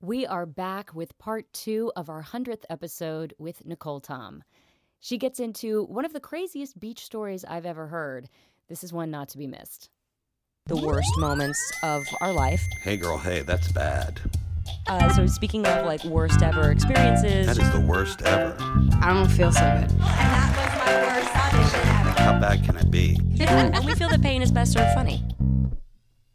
We are back with part two of our 100th episode with Nicole Tom. She gets into one of the craziest beach stories I've ever heard. This is one not to be missed. the worst moments of our life. Hey, girl, hey, that's bad. Uh, so speaking of like worst ever experiences, That is the worst ever. I don't feel so good. And that was my worst audition ever. How bad can it be? and we feel that pain is best served funny.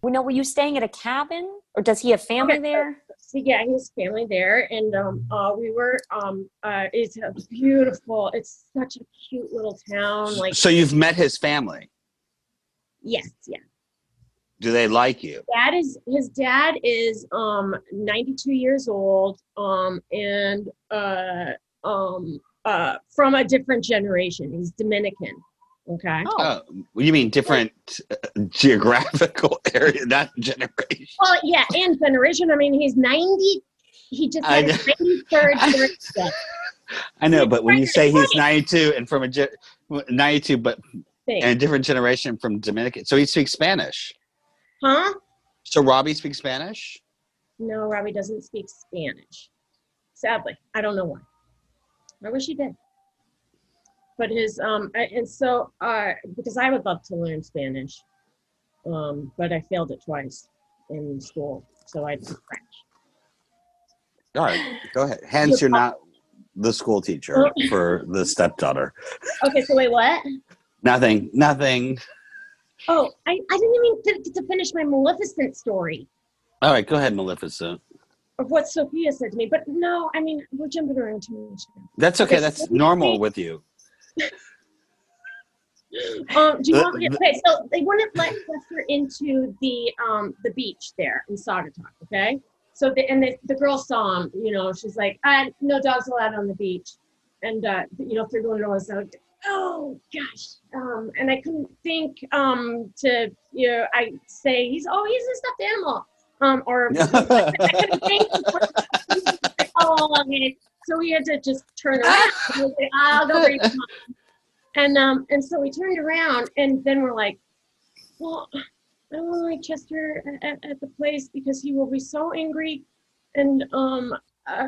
Well, no, were you staying at a cabin or does he have family Okay. there? So yeah, his family there, and um, uh, we were um, uh, it's a beautiful. It's such a cute little town. Like so you've met his family. yes, yeah. Do they like you? Dad is his dad is um 92 years old um and uh um uh from a different generation. He's Dominican. Okay. Oh, you mean different uh, geographical area, not generation. Well, yeah, and generation. I mean, he's 90. He just I had his 93rd birthday. I know, but when you say he's 92 and from a ge- 92, but Thing. and a different generation from Dominican, so he speaks Spanish. Huh? So Robbie speaks Spanish. No, Robbie doesn't speak Spanish. Sadly, I don't know why. I wish he did. But his um I- and so uh because I would love to learn Spanish, um but I failed it twice in school, so I took French. All right, go ahead. Hence, you're not the school teacher for the stepdaughter. Okay, so wait, what? Nothing. Nothing. Oh, I I didn't even get to finish my Maleficent story. All right, go ahead, Maleficent. Of what Sophia said to me, but no, I mean we're jumping around too much. now. That's okay. That's normal with you. Um, do you Uh, want me? th- Okay, so they wouldn't let Chester into the um the beach there in Saugatuck. Okay, so the, and the, the girl saw him. You know, she's like, uh, "No dogs allowed on the beach," and uh, you know, they're going to us out. Oh gosh, um, and I couldn't think um to you know I say he's oh he's a stuffed animal um or I couldn't think. of what- oh, okay. So we had to just turn around. and say, I'll "Ah, go bring him home. And um, and so we turned around, and then we're like, well, I don't want to like Chester at, at the place because he will be so angry, and um, uh,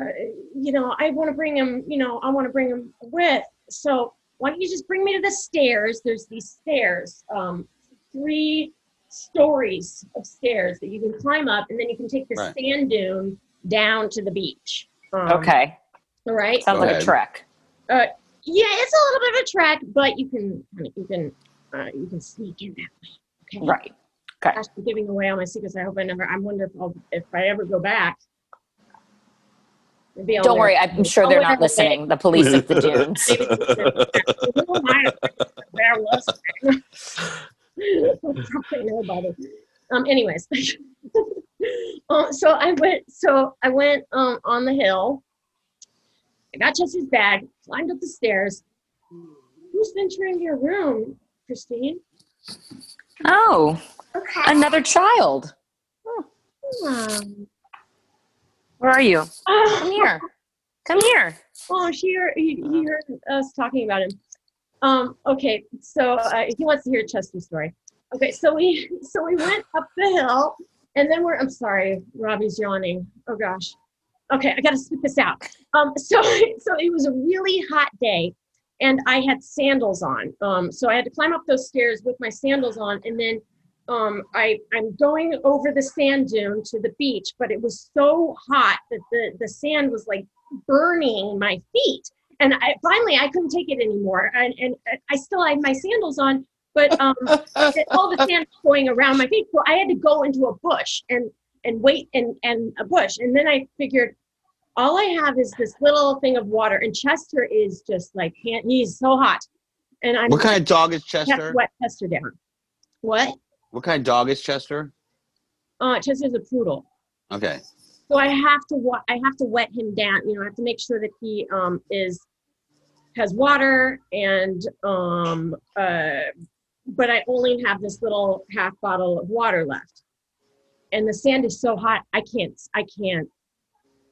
you know, I want to bring him. You know, I want to bring him with. So why don't you just bring me to the stairs? There's these stairs, um, three stories of stairs that you can climb up, and then you can take this Right. sand dune down to the beach. Um, Okay. All right. Sounds like Okay. a trek. Yeah, it's a little bit of a trek, but you can you can uh, you can sneak in that way. Okay. Right. Gosh, I'm giving away all my secrets. I hope I never. I wonder if I'll, if I ever go back. Maybe I'll Don't never- worry, I'm sure they're I'll not never say- listening. The police of the dunes. Maybe Who am I to- there was probably nobody. Um. Anyways, um, so I went. So I went um, on the hill. I got Chester's bag, climbed up the stairs. Who's entering your room, Christine? Oh, another child. Um, Where are you? Come here. Come here. Oh, she heard, he, he heard us talking about him. Um, okay, so uh, he wants to hear Chester's story. Okay, so we so we went up the hill, and then we're. I'm sorry, Robbie's yawning. Oh gosh. Okay, I gotta spit this out. Um, so so it was a really hot day, and I had sandals on. Um, so I had to climb up those stairs with my sandals on, and then um, I I'm going over the sand dune to the beach, but it was so hot that the the sand was like burning my feet. And I, finally, I couldn't take it anymore. And, and I still had my sandals on, but um, all the sand was going around my feet. So I had to go into a bush and, and wait and, and a bush. And then I figured, all I have is this little thing of water. And Chester is just like, can't, he's so hot. And I'm What kind of dog is kept Chester? wet Chester down. What? What kind of dog is Chester? Uh, Chester's a poodle. Okay. So I have to wa- I have to wet him down. You know, I have to make sure that he um is has water and um uh but I only have this little half bottle of water left. And the sand is so hot, I can't I can't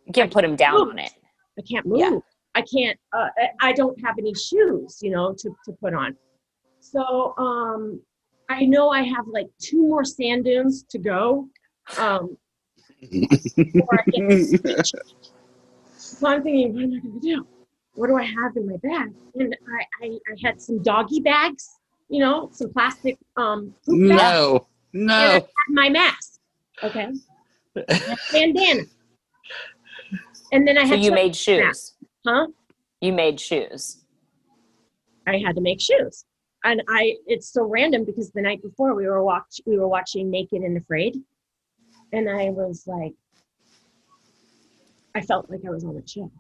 You can't put him down on it. I can't move. I can't uh, I- I don't have any shoes, you know, to to put on. So um I know I have like two more sand dunes to go. Um before I get to the beach. So I'm thinking, what am I going to do? What do I have in my bag? And I, I, I had some doggy bags, you know, some plastic um, poop bags. No, And I no. had my mask, okay? Bandana. And then I So had you some- made shoes. Huh? You made shoes. I had to make shoes. And I it's so random because the night before we were watch we were watching Naked and Afraid. And I was like I felt like I was on a show.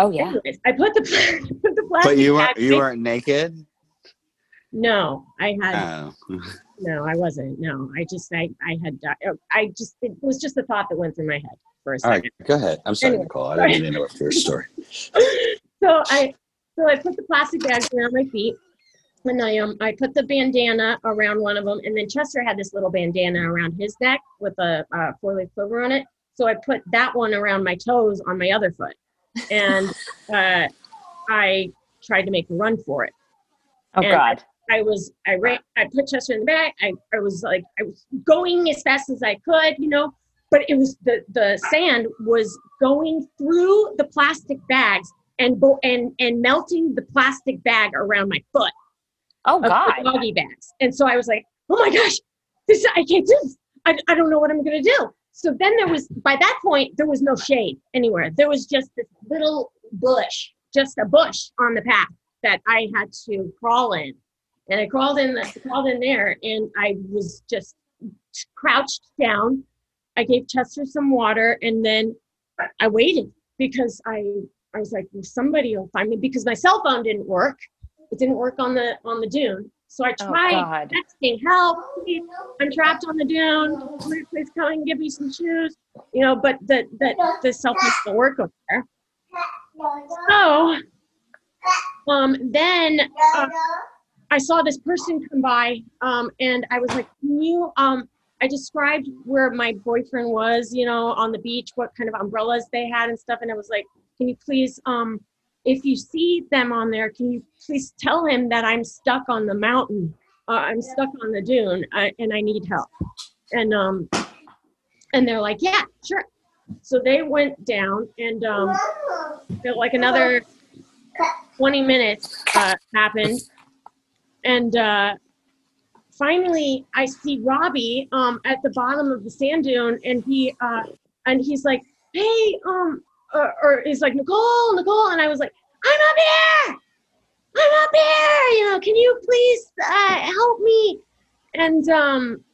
Oh yeah. Anyways, I put the put the plastic But you back weren't you in- weren't naked. No, I had Oh. no, I wasn't. No, I just I I had oh, I just it was just the thought that went through my head for a All second. right, go ahead. I'm sorry, Anyway. Nicole. I didn't mean to interrupt your story. so I so I put the plastic bags around my feet, and I um I put the bandana around one of them, and then Chester had this little bandana around his neck with a uh, four leaf clover on it. So I put that one around my toes on my other foot, and uh, I tried to make a run for it. Oh And- God. I was I ran I put Chester in the back. I, I was like I was going as fast as I could, you know, but it was the the sand was going through the plastic bags and bo- and and melting the plastic bag around my foot Oh of the God. doggy bags. And so I was like, oh my gosh, this I can't do this. I, I don't know what I'm gonna do. So then there was by that point there was no shade anywhere. There was just this little bush, just a bush on the path that I had to crawl in. And I crawled in crawled in there and I was just crouched down. I gave Chester some water and then I waited because I I was like, well, somebody will find me because my cell phone didn't work. It didn't work on the on the dune. So I Oh tried God. texting, help, please, I'm trapped on the dune. Please, please come and give me some shoes. You know, but the the, the cell phone didn't work over there. So um then uh, I saw this person come by, um, and I was like, "Can you?" Um, I described where my boyfriend was, you know, on the beach, what kind of umbrellas they had and stuff, and I was like, "Can you please, um, if you see them on there, can you please tell him that I'm stuck on the mountain, uh, I'm stuck on the dune, I, and I need help?" And um, and they're like, "Yeah, sure." So they went down, and um, felt like another 20 minutes uh, happened. And uh, finally, I see Robbie um, at the bottom of the sand dune, and he uh, and he's like, "Hey," um, or, or he's like, "Nicole, Nicole," and I was like, "I'm up here, I'm up here. You know, can you please uh, help me?" And um,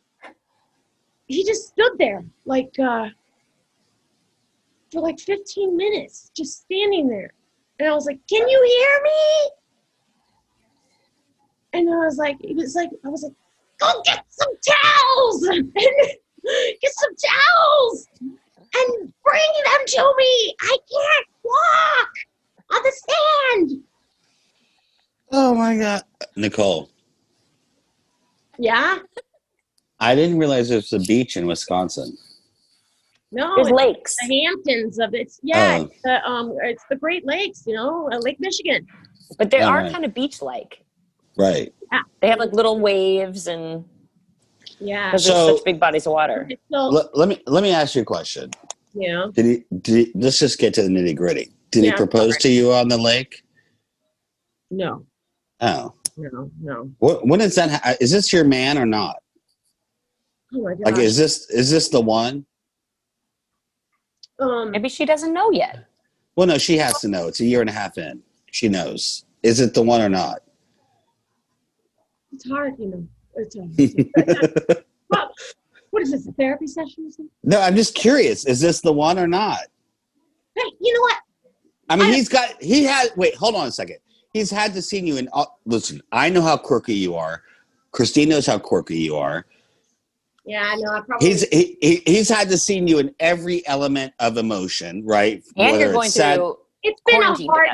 he just stood there like uh, for like 15 minutes, just standing there. And I was like, "Can you hear me?" And I was like, it was like, I was like, "Go get some towels, and get some towels, and bring them to me. I can't walk on the sand." Oh my god, Nicole. Yeah, I didn't realize there's a beach in Wisconsin. no, There's it's lakes. the Hamptons of it's yeah, Oh. it's the um, it's the Great Lakes, you know, uh, Lake Michigan. But they All are right. kind of beach like. Right. They have like little waves and Yeah, because So- there's such big bodies of water. it's still Let, let me let me ask you a question. you know, Did he? Did he- let's just get to the nitty gritty. Did Yeah, he propose sorry. to you on the lake? no, Oh, no, no. what, when is that? ha- Is this your man or not? Oh my god. Like, is this is this the one? um, Maybe she doesn't know yet. Well, no, she has to know. It's a year and a half in. She knows. Is it the one or not? it's hard, you know. It's hard. Well, what is this? A therapy session or something? No, I'm just curious. Is this the one or not? Hey, you know what? I mean, I- he's got he had. Wait, hold on a second. He's had to see you in. Uh, listen, I know how quirky you are. Christine knows how quirky you are. Yeah, I know. I probably He's he, he, he's had to see you in every element of emotion, right? And Whether you're going it's sad- through it's been a quarantined hard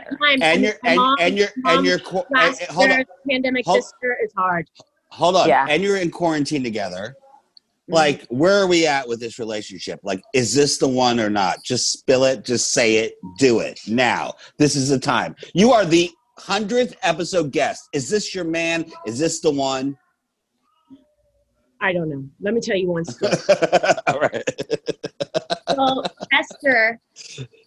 together. time. and your your and, and your and your qu- and- last and- hold on, year's pandemic Hold- sister is hard. hold on, Yeah. and you're in quarantine together. Mm-hmm. Like, where are we at with this relationship? Like, is this the one or not? Just spill it. Just say it. Do it now. This is the time. You are the hundredth episode guest. Is this your man? Is this the one? I don't know. Let me tell you one story. All right. so Esther,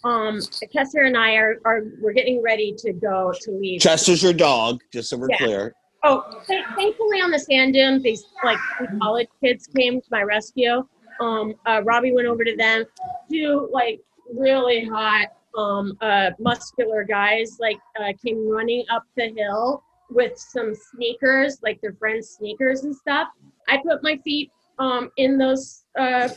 um, Chester and I are, are we're getting ready to go to leave. Chester's your dog, just so we're Yeah. clear. Oh, th- thankfully on the stand in, these like two college kids came to my rescue. Um, uh, Robbie went over to them. Two like really hot, um, uh, muscular guys like uh, came running up the hill with some sneakers, like their friends' sneakers and stuff. I put my feet um in those uh,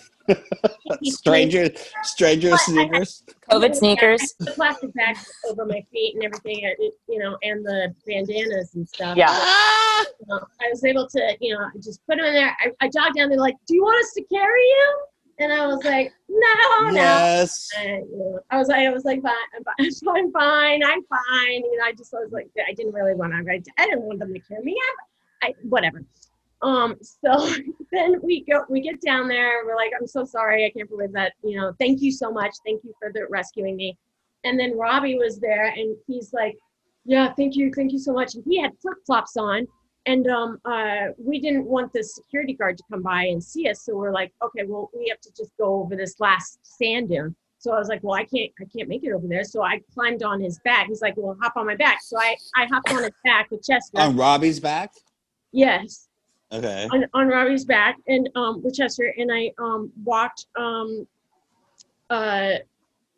Stranger, stranger sneakers. COVID sneakers. the plastic bags over my feet and everything, uh, it- you know, and the bandanas and stuff. Yeah. You know, I was able to, you know, just put them in there. I, I jogged down. They're like, "Do you want us to carry you?" And I was like, "No, no." yes. And, you know, I was like, I was like, fine, I'm fine, I'm fine, I'm fine. You know, I just was like, I didn't really want to. I didn't want them to carry me up. I whatever. Um. So then we go, we get down there. We're like, I'm so sorry, I can't believe that. You know, thank you so much. Thank you for the rescuing me. And then Robbie was there, and he's like, yeah, thank you, thank you so much. And he had flip flops on. And um, uh, we didn't want the security guard to come by and see us, so we're like, okay, well, we have to just go over this last sand dune. So I was like, well, I can't, I can't make it over there. So I climbed on his back. He's like, well, hop on my back. So I, I hopped on his back with Chester. On Robbie's back. yes, Okay. on, on Robbie's back and um, with Chester, and I um, walked. Um, uh,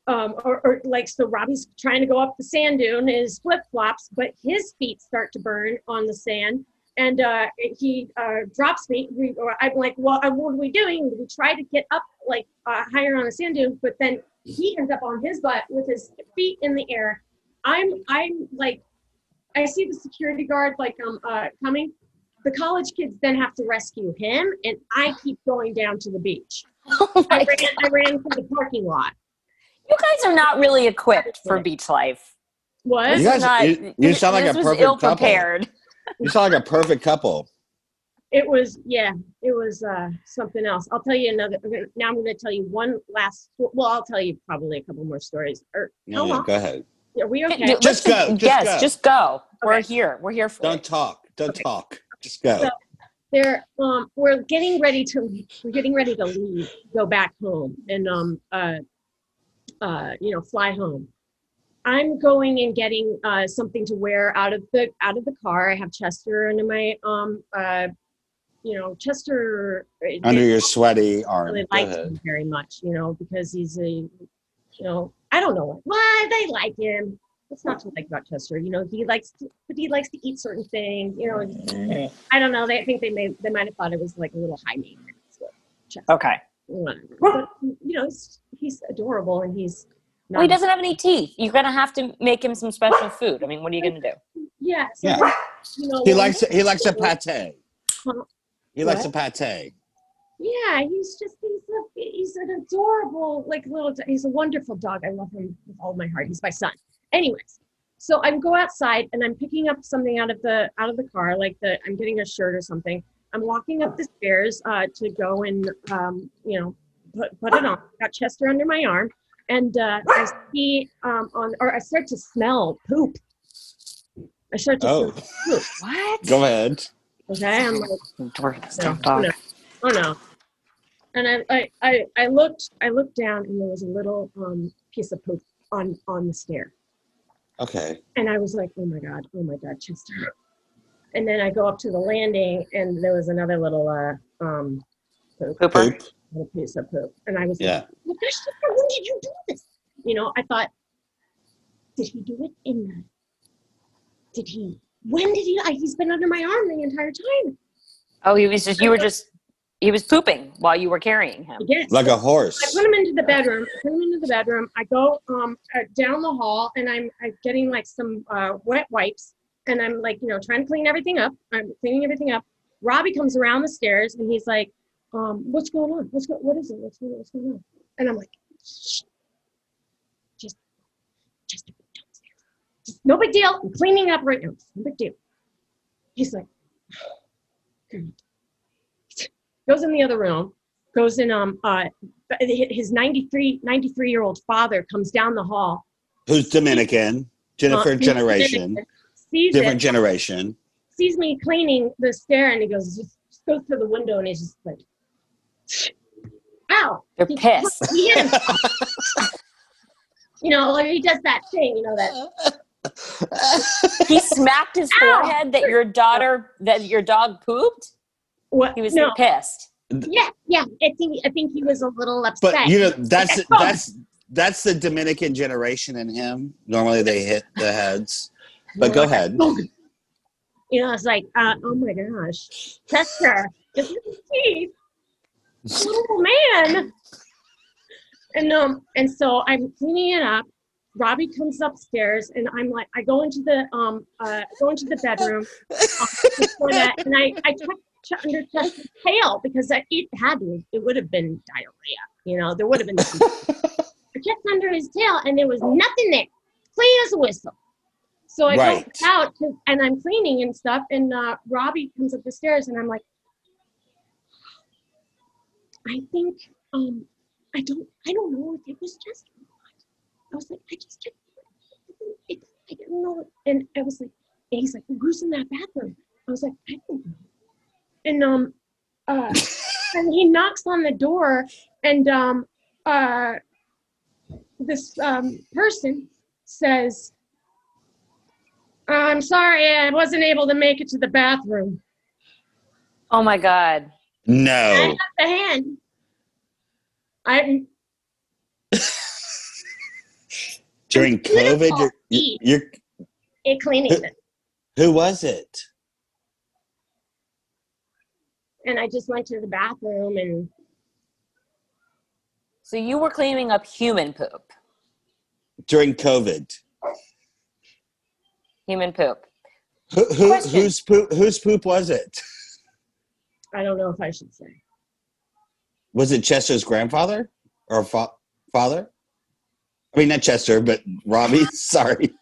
um, or, or like so, Robbie's trying to go up the sand dune in his flip flops, but his feet start to burn on the sand, and uh, he uh, drops me. We, or I'm like, well, uh, what are we doing? We try to get up like uh, higher on the sand dune, but then he ends up on his butt with his feet in the air. I'm I'm like, I see the security guard like um uh, coming, the college kids then have to rescue him, and I keep going down to the beach. Oh I my ran, I ran for the parking lot. You guys are not really equipped for beach life. What? This You guys- is not, you- you sound like this a was perfect couple. ill-prepared. You sound like a perfect couple. Oh, It was, yeah, it was uh, something else. I'll tell you another. okay, Now I'm going to tell you one last. Well, I'll tell you probably a couple more stories. Or No, how yeah, long? go ahead. Are we okay? Let's Just go, just yes, go. just go. We're Okay. here. We're here for Don't it. talk. Don't talk. Just go. So- they're um we're getting ready to we're getting ready to leave go back home and um uh uh you know fly home i'm going and getting uh something to wear out of the out of the car i have chester under my um uh you know chester uh, Under your sweaty arm. really Go liked ahead. him very much, you know, because he's a, you know, I don't know what. Why they like him? What's not to like about Chester? You know, he likes, to, but he likes to eat certain things. You know, Mm-hmm. I don't know. They I think they may they might have thought it was like a little high maintenance. but Okay. Whatever. But, you know, he's, he's adorable and he's. Well, he doesn't have any teeth. You're gonna have to make him some special food. I mean, what are you gonna do? Yeah. So, Yeah. You know, He when- likes he likes a pate. He likes a What? pate. Yeah, he's just he's a, he's an adorable like little do- he's a wonderful dog. I love him with all my heart. He's my son. Anyways, so I go outside and I'm picking up something out of the out of the car, like the I'm getting a shirt or something. I'm walking up the stairs uh, to go and um, you know put put it on. Got Chester under my arm, and uh, I see um, on or I start to smell poop. I start to Oh, smell poop. What? go ahead. Okay, I'm like. Dorcas, No, don't talk. no, Oh no. And I, I, I, I looked I looked down and there was a little um, piece of poop on on the stair. Okay. And I was like, oh my god, oh my god, Chester. And then I go up to the landing and there was another little uh um poop, Pooper. Poop. little piece of poop. And I was Yeah. like, oh my gosh, Chester, when did you do this? You know, I thought, did he do it in the did he when did he I, he's been under my arm the entire time. Oh, he was just. You were just. He was pooping while you were carrying him. I guess. Like a I horse. put him into the bedroom. I put him into the bedroom. I go um uh, down the hall and I'm, I'm getting like some uh, wet wipes and I'm like you know trying to clean everything up. I'm cleaning everything up. Robbie comes around the stairs and he's like, um, "What's going on? What's go- What is it? What's going? What's going on?" And I'm like, "Shh, just, just go downstairs. Just no big deal. I'm cleaning up right now. It's no big deal." He's like, "God." goes in the other room, goes in um uh his 93 93 year old father comes down the hall Who's Dominican? uh, Jennifer generation. sees, it, Different generation. sees me cleaning the stair and he goes just goes through the window and he's just like, ow. They're He- pissed. He hit himself. you know, like he does that thing, you know, that He smacked his Ow! forehead that your daughter, that your dog pooped. what He was no. pissed. Yeah, yeah. I think I think he was a little upset. But you know, that's Like, oh, that's that's the Dominican generation in him. Normally they hit the heads. But go ahead. you know, it's like, uh, oh my gosh, Chester, this is his teeth, little man. And um, and so I'm cleaning it up. Robbie comes upstairs, and I'm like, I go into the um, uh, go into the bedroom, um, before that, and I I check ch- under Chester's tail because I, it had to- it would have been diarrhea, you know, there would have been. I checked under his tail, and there was nothing there, clean as a whistle. So I go Right. out to, and I'm cleaning and stuff, and uh, Robbie comes up the stairs, and I'm like, I think um, I don't I don't know if it was just. or not." I was like, I just checked. I didn't- it- I didn't know, and I was like, and he's like, who's in that bathroom? I was like, I don't know. And um, uh, and he knocks on the door, and um, uh, this um person says, "I'm sorry, I wasn't able to make it to the bathroom." Oh my God. I No. have the hand. I During COVID you're, you're, you're it cleaning it, who was it? and I just went to the bathroom, and So you were cleaning up human poop. During COVID. Human poop. Who, who, Question. whose poop whose poop was it? I don't know if I should say. Was it Chester's grandfather or fa- father? I mean, not Chester, but Robbie. Sorry,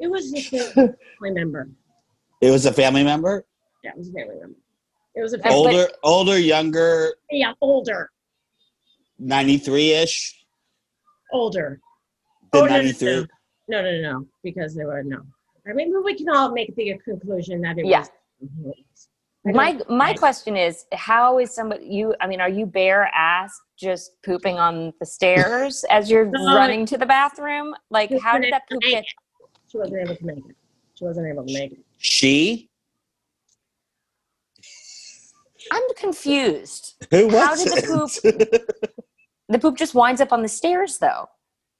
It was just a family member. it was a family member. That was a family member. It was a Oh. family, Older, older, younger, yeah, older, ninety-three ish. older. The Oh, no, no, ninety-three. No, no, no, no, because there were no. I mean, we can all make the conclusion that it Yeah. was. I don't- My my question is, how is somebody you? I mean, are you bare ass just pooping on the stairs as you're No. running to the bathroom? Like, Just how when did it- that poop I- get? She wasn't able to make it. She wasn't able to make it. She. I'm confused. Who was How did the it? poop- The poop just winds up on the stairs, though.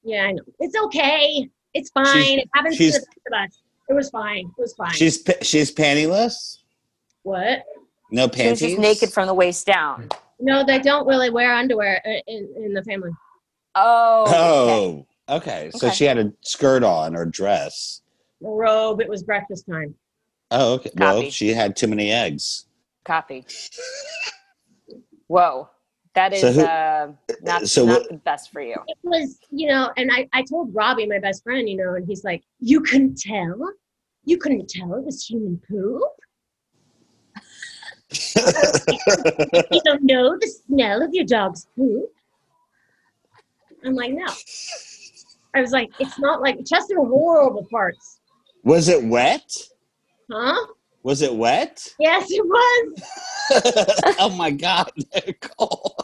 Yeah, I know. It's okay. It's fine. it happens to the she's- best of us. It was fine. It was fine. she's pa- she's pantyless. what? No She was panties. just naked from the waist down. No, they don't really wear underwear uh, in, in the family. Oh, okay. oh, okay. So Okay. she had a skirt on or dress. Robe. It was breakfast time. Oh, okay. Well, Copy. she had too many eggs. copy. Whoa, that is So who- uh, not so not what- the best for you. It was, you know, and I, I told Robbie, my best friend, you know, and he's like, You couldn't tell? You couldn't tell it was human poop? You don't know the smell of your dog's poop? I'm like, No. I was like, It's not like Chester wore over parts. was it wet? Huh? Was it wet? Yes, it was. oh my god, Nicole.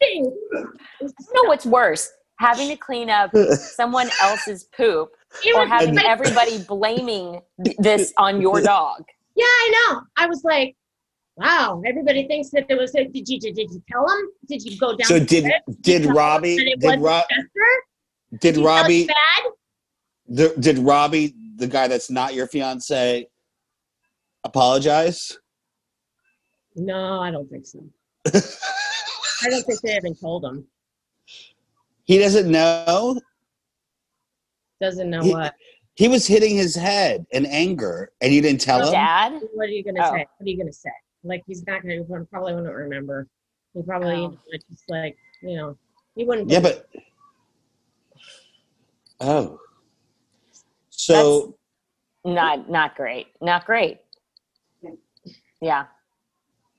Thing. I don't know what's worse, having to clean up someone else's poop It or was having like- everybody blaming this on your dog. Yeah, I know. I was like, wow, everybody thinks that it was. Did you, did you tell him? Did you go down? So did did Robbie And it did wasn't Rob Chester? did You felt Robbie bad? the, did Robbie the guy that's not your fiance apologize? No, I don't think so. I don't think they even told him. He doesn't know. Doesn't know He- what. He was hitting his head in anger, and you didn't tell him. Oh, Dad? What are you gonna Oh. say? What are you gonna say? Like he's not gonna. He probably wouldn't remember. He probably Oh. you know, it's just like you know. He wouldn't. Yeah, believe- but oh, so Not not great. Not great. Yeah.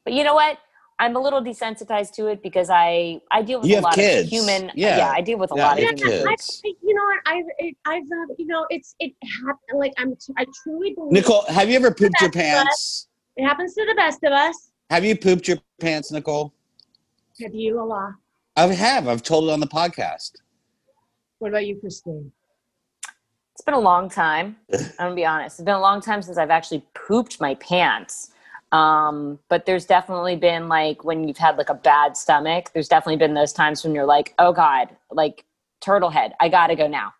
But you know what? I'm a little desensitized to it because I I deal with You a have lot kids. of human Yeah. I deal with a Yeah, lot of you human have kids. I- you know what? I've it, I've uh, you know it's it happened. Like I'm. I truly believe. Nicole, have you ever pooped your pants? It happens to the best of us. Have you pooped your pants, Nicole? Have you, Allah? I have. I've told it on the podcast. What about you, Christine? It's been a long time. I'm gonna be honest. It's been a long time since I've actually pooped my pants. Um, but there's definitely been like when you've had like a bad stomach. There's definitely been those times when you're like, oh god, like turtle head. I gotta go now.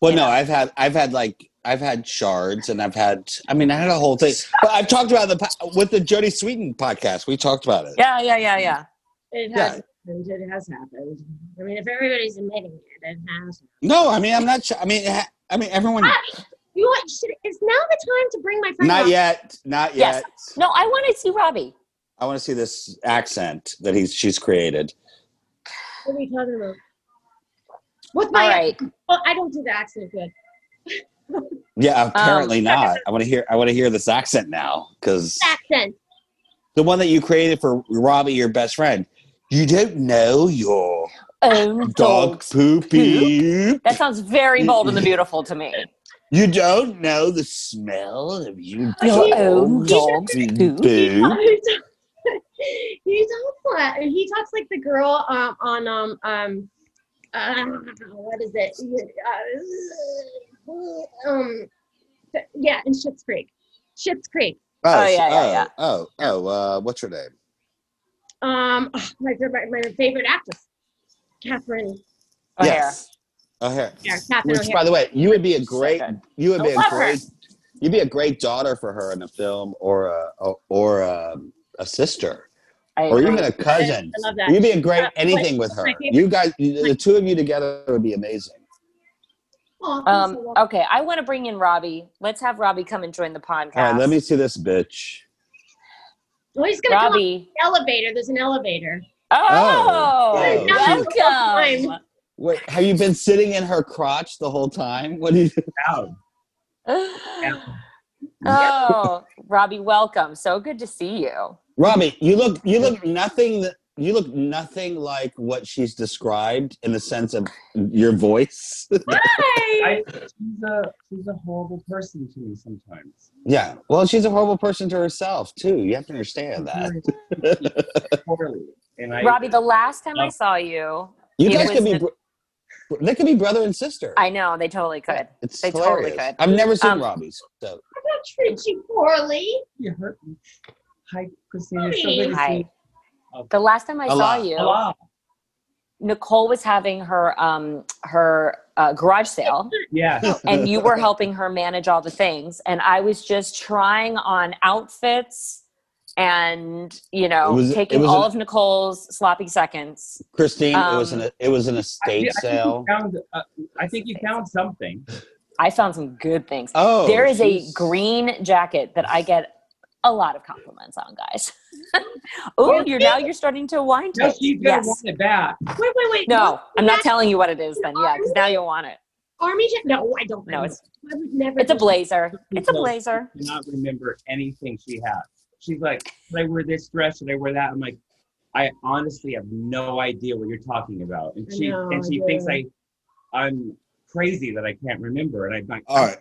Well, you no, know? I've had, I've had like, I've had shards, and I've had, I mean, I had a whole thing. But I've talked about the po- with the Jody Sweeten podcast. We talked about it. Yeah, yeah, yeah, yeah. It Yeah. has happened. It has happened. I mean, if everybody's admitting it, it has. No, I mean, I'm not. Sure. I mean, ha- I mean, everyone. Ah, You know what? Should, is now the time to bring my friend? Not Rob- yet. Not Yes. yet. No, I want to see Robbie. I want to see this accent that he's she's created. What are we talking about? What's my? All right. Well, I don't do the accent good. Yeah, Um, apparently not. I want to hear. I want to hear this accent now because Accent. the one that you created for Robbie, your best friend. You don't know your Oh, dog dogs. poopy. That sounds very bold and the beautiful to me. You don't know the smell of you Your own dog's poop. he talks like he talks like the girl um, on um um uh, what is it uh, um th- yeah in Schitt's Creek Schitt's Creek Oh, yeah, yeah, oh, yeah. Oh, oh, uh, what's her name? um oh, my, my my favorite actress Catherine O'Hara. O'Hara. yeah Catherine Which, O'Hara. by the way, you would be a great, good. you would be I a love her. great, you'd be a great daughter for her in a film or a or a, a sister I or agree. even a cousin. I love that. You'd be a great Uh, what- anything with her. my favorite- You guys, you- the two of you together would be amazing. Oh, I'm so Um, lucky. okay, I want to bring in Robbie. Let's have Robbie come and join the podcast. All right, let me see this bitch. well, he's gonna come up Robbie. the elevator. There's an elevator. Oh, Oh, she's- welcome. Wait, have you been sitting in her crotch the whole time? What do you? Out. Oh, Robbie, welcome. So good to see you. Robbie, you look you look nothing th- you look nothing like what she's described in the sense of your voice. I, she's a she's a horrible person to me sometimes. yeah. Well, she's a horrible person to herself too. You have to understand that. Poorly. And I Robbie, the last time I saw you, You It guys was could be the- br- they could be brother and sister. I know they totally could. it's they totally hilarious. could. I've never seen Um, Robbie's. So. I'm gonna treat you poorly. you hurt me. Hi, Christina. It's so good to see Hi. you. The last time I saw Hello. you, Hello. Nicole was having her um her uh, garage sale. Yes. and you were helping her manage all the things and i was just trying on outfits and you know It was- it taking was all an- of nicole's sloppy seconds Christine, it was Um, an it was an I, estate I sale. Think you found, uh, I think you found something. i found some good things Oh, there is a she's- green jacket that i get a lot of compliments on guys oh you're now you're starting to wind No, taste. she's gonna yes. want it back. Wait, wait, wait. no what? i'm not telling you what it is then yeah because now you'll want it Army jacket? No, I don't. No, it's- I would never. it's a do- blazer it's a blazer Do not remember anything she has. She's like, should I wear this dress? Should I wear that? I'm like, I honestly have no idea what you're talking about. And I she know, and she yeah. thinks I, I'm crazy that I can't remember. And I'm like, All right.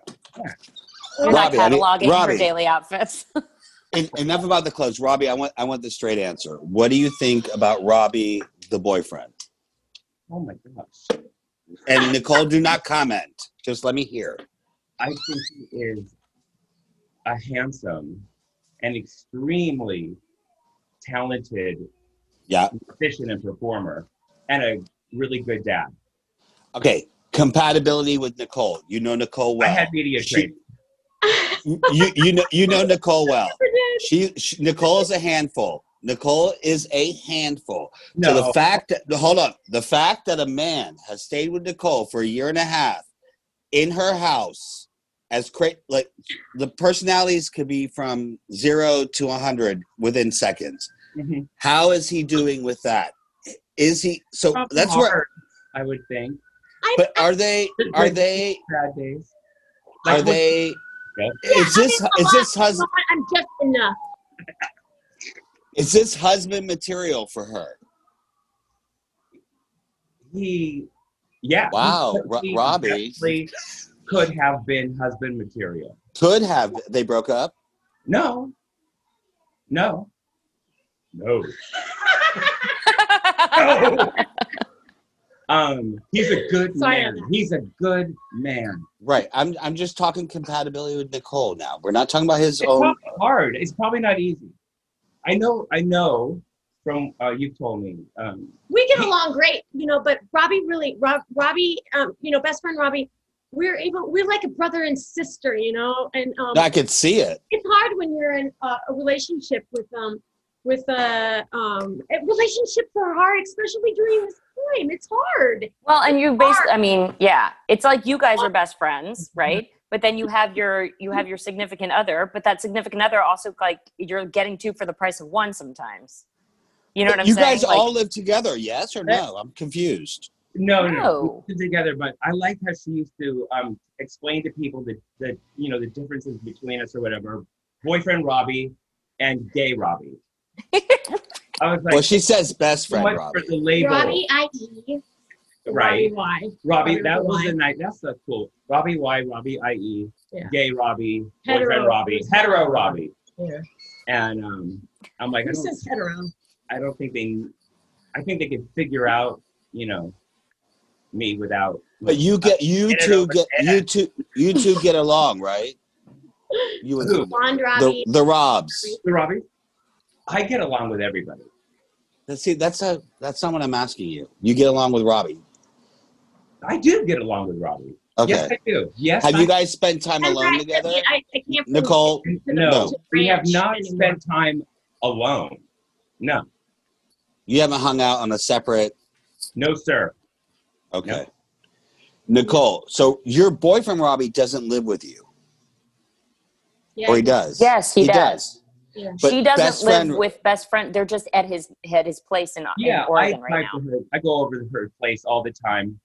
you're Robbie, I not need- cataloging Robbie. her daily outfits En- enough about the clothes, Robbie. I want I want the straight answer. What do you think about Robbie, the boyfriend? oh my gosh. And Nicole, do not comment. Just let me hear. I think he is a handsome and extremely talented, Yeah. proficient, and performer, and a really good dad. Okay. Compatibility with Nicole. You know Nicole well. I had media she- training. you you know you know Nicole well. I did. She, she Nicole is a handful. Nicole is a handful. No, So the fact that the- hold on, the fact that a man has stayed with Nicole for a year and a half in her house, as cra- like the personalities could be from zero to a hundred within seconds. Mhm. How is he doing with that? Is he so? That's where. hard, I would think. But are they? Are they? Bad days. Are they? Is this is this hus- Come on, I'm just enough. is this husband material for her? He, yeah. he Wow, could- Ro- he Robbie. definitely could have been husband material. Could have they broke up? No, No. No. Oh, um, he's a good Sorry. man. He's a good man. Right. I'm I'm just talking compatibility with Nicole now. We're not talking about his It's own. probably hard. It's probably not easy. I know. I know. From uh, you told me. Um, we get along great, you know, but Robbie really, Rob, Robbie, um, you know, best friend Robbie, we're able, we're like a brother and sister, you know, and um, I could see it. it's hard when you're in a, a relationship with, um, with, uh, um, eh, relationships are hard, especially during this time. It's hard. Well, and you basically, I mean, yeah, it's like you guys are best Mm-hmm. friends, right? But then you have your you have your significant other, but that significant other also like you're getting two for the price of one sometimes. You know what I'm you saying? guys Like, all live together, yes or no? I'm confused. No, no, No. no. We lived together. But I like how she used to um, explain to people the, the you know the differences between us or whatever. Boyfriend Robbie and gay Robbie. I was like, well, she says best so friend, much Robbie. for the label, Robbie, I.E. right? Robbie, Y. Robbie, Robbie that Y. was the night. That's so cool. Robbie Y, Robbie IE, Yeah. gay Robbie, Hetero. boyfriend Robbie, hetero Robbie, Yeah. and um, I'm like, I Who don't, says hetero? I don't think they, I think they could figure out, you know, me without. But you get you Get it two over get there. you two you two get along, right? You and Who? Blonde the Robbie. the Robs. Hey, Robbie, I get along with everybody. Let's see. That's a that's not what I'm asking you. You get along with Robbie. I do get along with Robbie. Okay. Yes, I do. Yes, Have I you guys spent time And alone Brad, together? I, I can't believe- Nicole, do. the- No, to we have ranch not anymore. spent time alone. No, you haven't hung out on a separate. no, sir. Okay. No. Nicole, so your boyfriend Robbie doesn't live with you, Yeah. or he does? Yes, he does. Yeah. But she best doesn't live friend- with best friend. They're just at his at his place in, Yeah, in I, Oregon right type now. to her, I go over to her place all the time.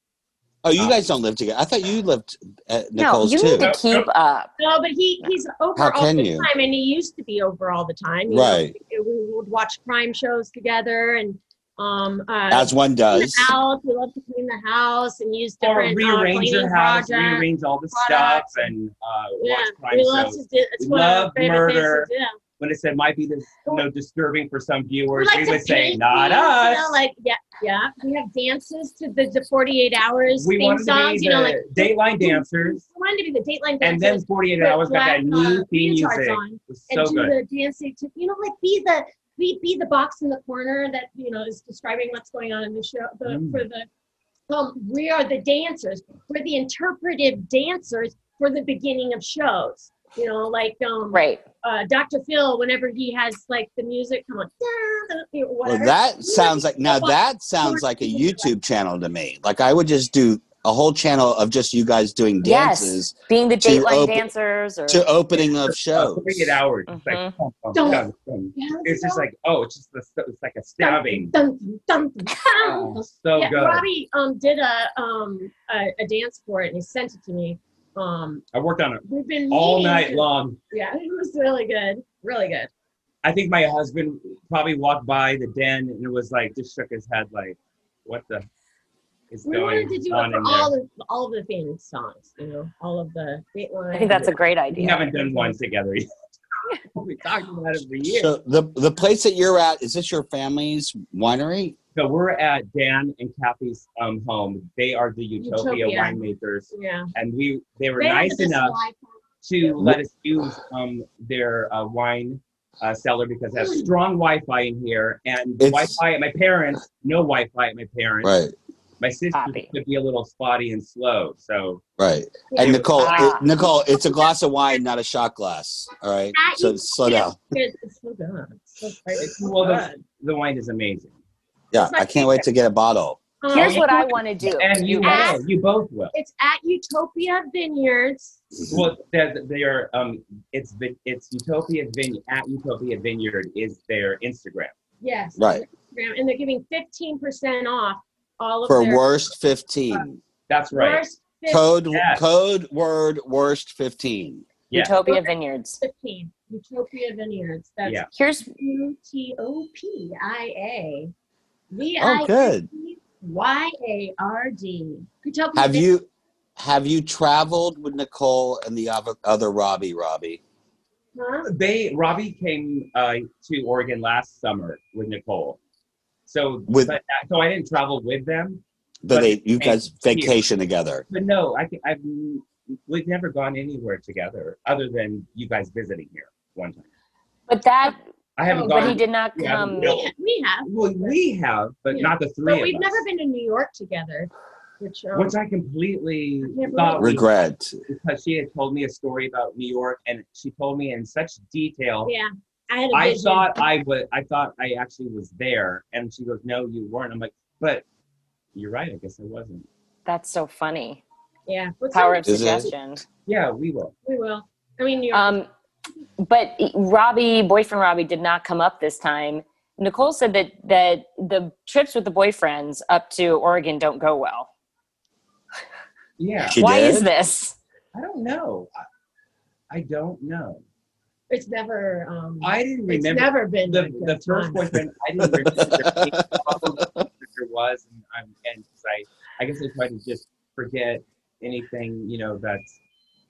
Oh, you Uh, guys don't live together. I thought you lived at No, Nicole's you too. need to keep up. No, but he, he's over How all can the you? time, and he used to be over all the time. you know. Right. We- we would watch crime shows together, and um, uh, As one clean does. the house. We love to clean the house and use Or different uh, rearrange cleaning your house, projects. rearrange all the products. stuff, and uh, Yeah, watch crime we love shows. to do. It's We one love of our favorite things murder. to do. When it said might be this, you know, disturbing for some We viewers, like we to would say paint not things, us. You know, like yeah, yeah. We have dances to the, the 48 hours we theme wanted to be songs. the You know, like Dateline dancers, we wanted to be the Dateline and dancers then 48 with hours got black, that new uh, theme leotards music. It on. was and so do good. the dancing to you know like be the be be the box in the corner that you know is describing what's going on in the show the, Mm. for the um we are the dancers we're the interpretive dancers for the beginning of shows you know like um Right. uh, dr phil whenever he has like the music come on da, da, you know, Well, whatever that We sounds would like now go that sounds like a YouTube channel to me. Like I would just do a whole channel of just you guys doing dances Yes. Being the to Dateline open- dancers or to opening of Uh, shows. 48 hours. It's like, Mhm. bum, bum, Don't- bum, bum. on. It's just like, oh, it's just the, it's like a stabbing. Dun, dun, dun, dun, dun. Oh, so yeah, good. Robbie um did a um a, a dance for it and he sent it to me. Um, I worked on it we've been all meaning night to- long. Yeah, it was really good, really good. I think my husband probably walked by the den and it was like, just shook his head, like, what the is We wanted going to do on it for in all there? of all of the theme songs, you know, all of the Dateline. I think that's a great We idea. haven't done one together yet. We've talked about it for years. So the the place that you're at is this your family's winery? So we're at Dan and Kathy's um, home. They are the Utopia, Utopia. winemakers, yeah. and we they were They have nice this enough live- to let us use um, their uh, wine uh, cellar because I have strong Wi-Fi in here and It's- Wi-Fi at my parents. No Wi-Fi at my parents. Right, My sister Copy. could be a little spotty and slow. So right. And Nicole, it- Ah. Nicole, it's a glass of wine, not a shot glass. All right. Ah, So you- slow yeah, down. It's it's so good. It's so It's- flavorful. well, the, the wine is amazing, Yeah, I can't wait to get a bottle. Um, Here's what I it's- want to do. and you Yes. will, you both will. It's at Utopia Vineyards. Well, they're, they are. Um, it's Vin- it's Utopia Vineyard at Utopia Vineyard is their Instagram. Yes. Right. Instagram, And they're giving fifteen percent off all of For their worst 15. That's right. worst fifteen. Code Yes. code word worst 15. Yeah. Utopia Vineyards. 15, Utopia Vineyards. That's Yeah. Here's U T O P I A V Oh, I good. Y A R D. Utopia Have Vin- you have you traveled with Nicole and the other, other Robbie Robbie? Huh? They Robbie came uh, to Oregon last summer with Nicole. So With- but, uh, so I didn't travel with them. But they, you guys Thank you. vacation together. But no, I think I've we've never gone anywhere together other than you guys visiting here one time. But that, I haven't Oh, but gone. he did not Yeah, come. no. We, we have, well, we have, but Yeah. not the three but of we've us. never been to New York together, which, um, which I completely can't thought was Regret. because she had told me a story about New York, and she told me in such detail. yeah, I had a I vision. thought I was. I thought I actually was there, and she goes, "No, you weren't." I'm like, "But you're right. I guess I wasn't." That's so funny. yeah, But Power of Is it- suggestion. Yeah, we will. we will. I mean, New York. Um, but Robbie, boyfriend Robbie, did not come up this time. Nicole said that that the trips with the boyfriends up to Oregon don't go well. Yeah, She Why did. is this? I don't know. I, I don't know. it's never. Um, I didn't it's remember never been the a good the first time. boyfriend. I didn't remember how long there was, and I'm and 'cause I I guess I try to just forget anything you know that's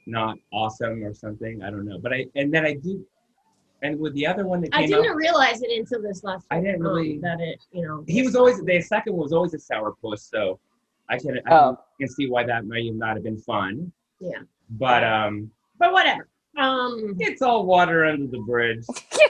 not awesome or something. I don't know, but I and then I do, and with the other one that came I didn't out, realize it until this last. I didn't um, really- that it. You know, he was always the second one was always a sourpuss, so I can I Oh. can see why that may not have been fun. Yeah. but um, but whatever. Um, it's all water under the bridge. Um,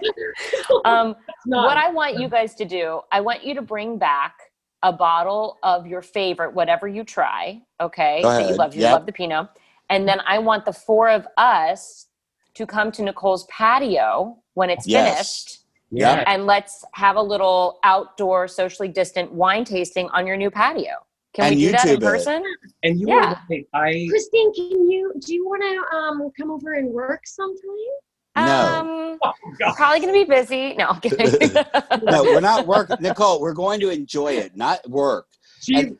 It's Oh, not what I want you guys to do, I want you to bring back a bottle of your favorite, whatever you try. Okay, Go that you ahead, love. You yep. love the Pinot, and then I want the four of us to come to Nicole's patio when it's Yes. finished. yeah. and let's have a little outdoor, socially distant wine tasting on your new patio. Can And we do that in YouTube it. person? And you Yeah. were right. I Christine, can you? Do you want to um come over and work sometime? No. oh, Um, God. probably gonna be busy. No, I'm kidding. no, we're not working. Nicole, we're going to enjoy it, not work. She, And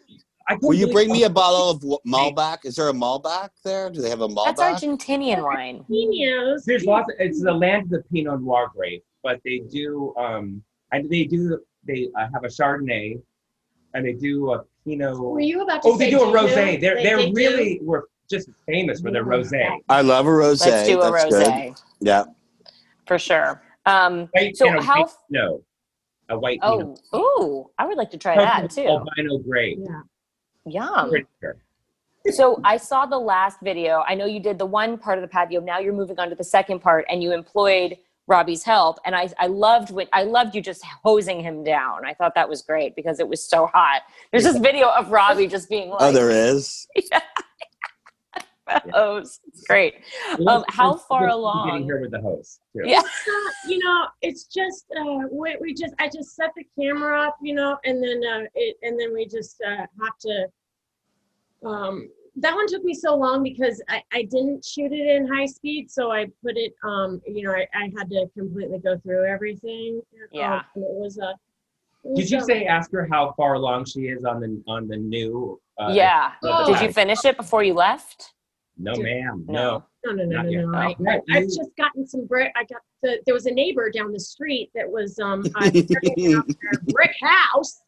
I couldn't Will you believe- bring me a bottle of w- Malbec? Is there a Malbec there? Do they have a Malbec? That's Argentinian wine. Pinos. There's lots. Of, it's the land of the Pinot Noir grape, but they do. Um, and they do. They uh, have a Chardonnay, and they do a Pinot. Were you about to Oh, they say do a Dijon? rosé. They're They- they they are do? really were just famous for their Mm-hmm. rosé. I love a rosé. Let's do a That's good. rosé Yeah. for sure. Um, Right? so and a how? white, no, a white Pinot. Oh, ooh, I would like to try that Purple too. Albino grape. Yeah. Yum. Pretty sure. So I saw the last video. I know you did the one part of the patio. Now you're moving on to the second part, and you employed Robbie's help. And I, I loved when I loved you just hosing him down. I thought that was great because it was so hot. There's this video of Robbie just being like, Oh, there is. hose. It's great. It Um, was- how it's- far it's along- Getting here with the host. too. Yeah. Uh, you know, it's just uh, we, we just I just set the camera up, you know, and then uh, it and then we just uh, have to. Um, that one took me so long because I, I didn't shoot it in high speed, so I put it. Um, you know, I, I had to completely go through everything. Yeah. Um, and it was a. it Did was you a- say ask her how far along she is on the on the new? Uh, yeah. the- Did you finish it before you left? No, ma'am. no. No. No, no, no, Not no, yet. no. I, Oh. I, I've You- just gotten some brick. I got the, there was a neighbor down the street that was, um, uh, tearing down their brick house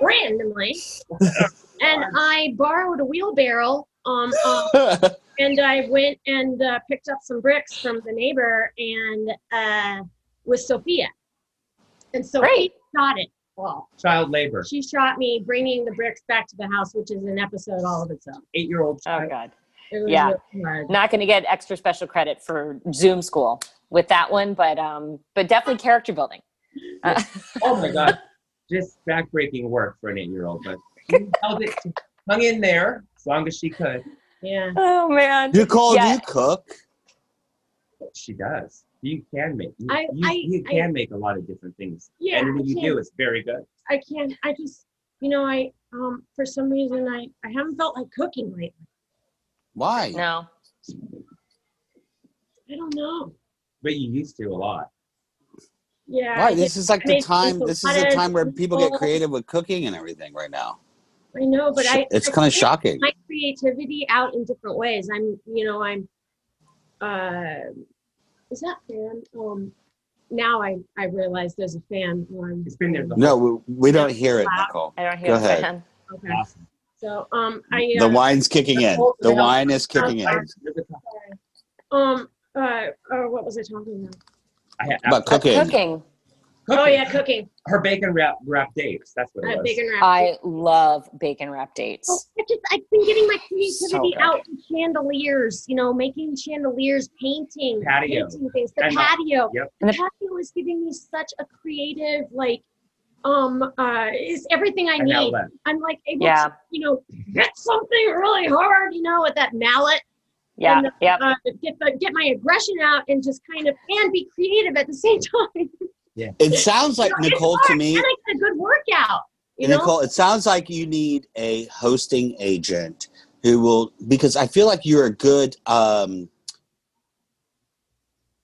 randomly. And I borrowed a wheelbarrow, um, uh, and I went and uh, picked up some bricks from the neighbor and, uh, with Sophia. And Sophia Great. shot it all. Child labor. She shot me bringing the bricks back to the house, which is an episode all of itself. Eight year old Oh child. God. It was Yeah. really hard. Not going to get extra special credit for Zoom school with that one, but um, but definitely character building. Uh, Oh my God. Just backbreaking work for an eight year old, but she held it, she hung in there as long as she could. Yeah. oh man. Nicole, do Yeah. you cook? She does. You can make. You, I- you, I- you I- can make a lot of different things. Yeah, and when I you can. do, it's very good. I can't. I just, you know, I um for some reason I I haven't felt like cooking lately. Why? No. I don't know. But you used to a lot. Yeah. Why? I, This did- is like I the made time. some This is the frittata, time where people get meatballs. creative with cooking and everything right now. I know, but I it's I kind can't of shocking. get My creativity out in different ways. I'm, you know, I'm. Uh, is that fan? Um, now I I realize there's a fan. Um, It's been there the No, we, we don't hear it, Wow. Nicole. I don't Go hear the ahead. fan. okay. whole So um I uh, The wine's kicking in. The wine is kicking in. time. um uh, or what was I talking about? I had About Uh, cooking. Cooking. cooking. Oh yeah, cooking. her bacon wrap wrap dates. That's what it Uh, was. bacon wrap. I love bacon wrap Oh, dates. I just I've been getting my So creativity good. out to chandeliers, you know, making chandeliers, painting, Patio. painting things. The And the- patio. yep. The patio is giving me such a creative, like, um, uh, is everything I An need. outlet. I'm like able Yeah. to, you know, hit something really hard, you know, with that mallet. Yeah. And, Yep. Uh, get the get my aggression out and just kind of and be creative at the same time. It sounds like No, it's Nicole to hard. me. and I get a good workout. You know, Nicole, it sounds like you need a hosting agent who will because I feel like you're a good um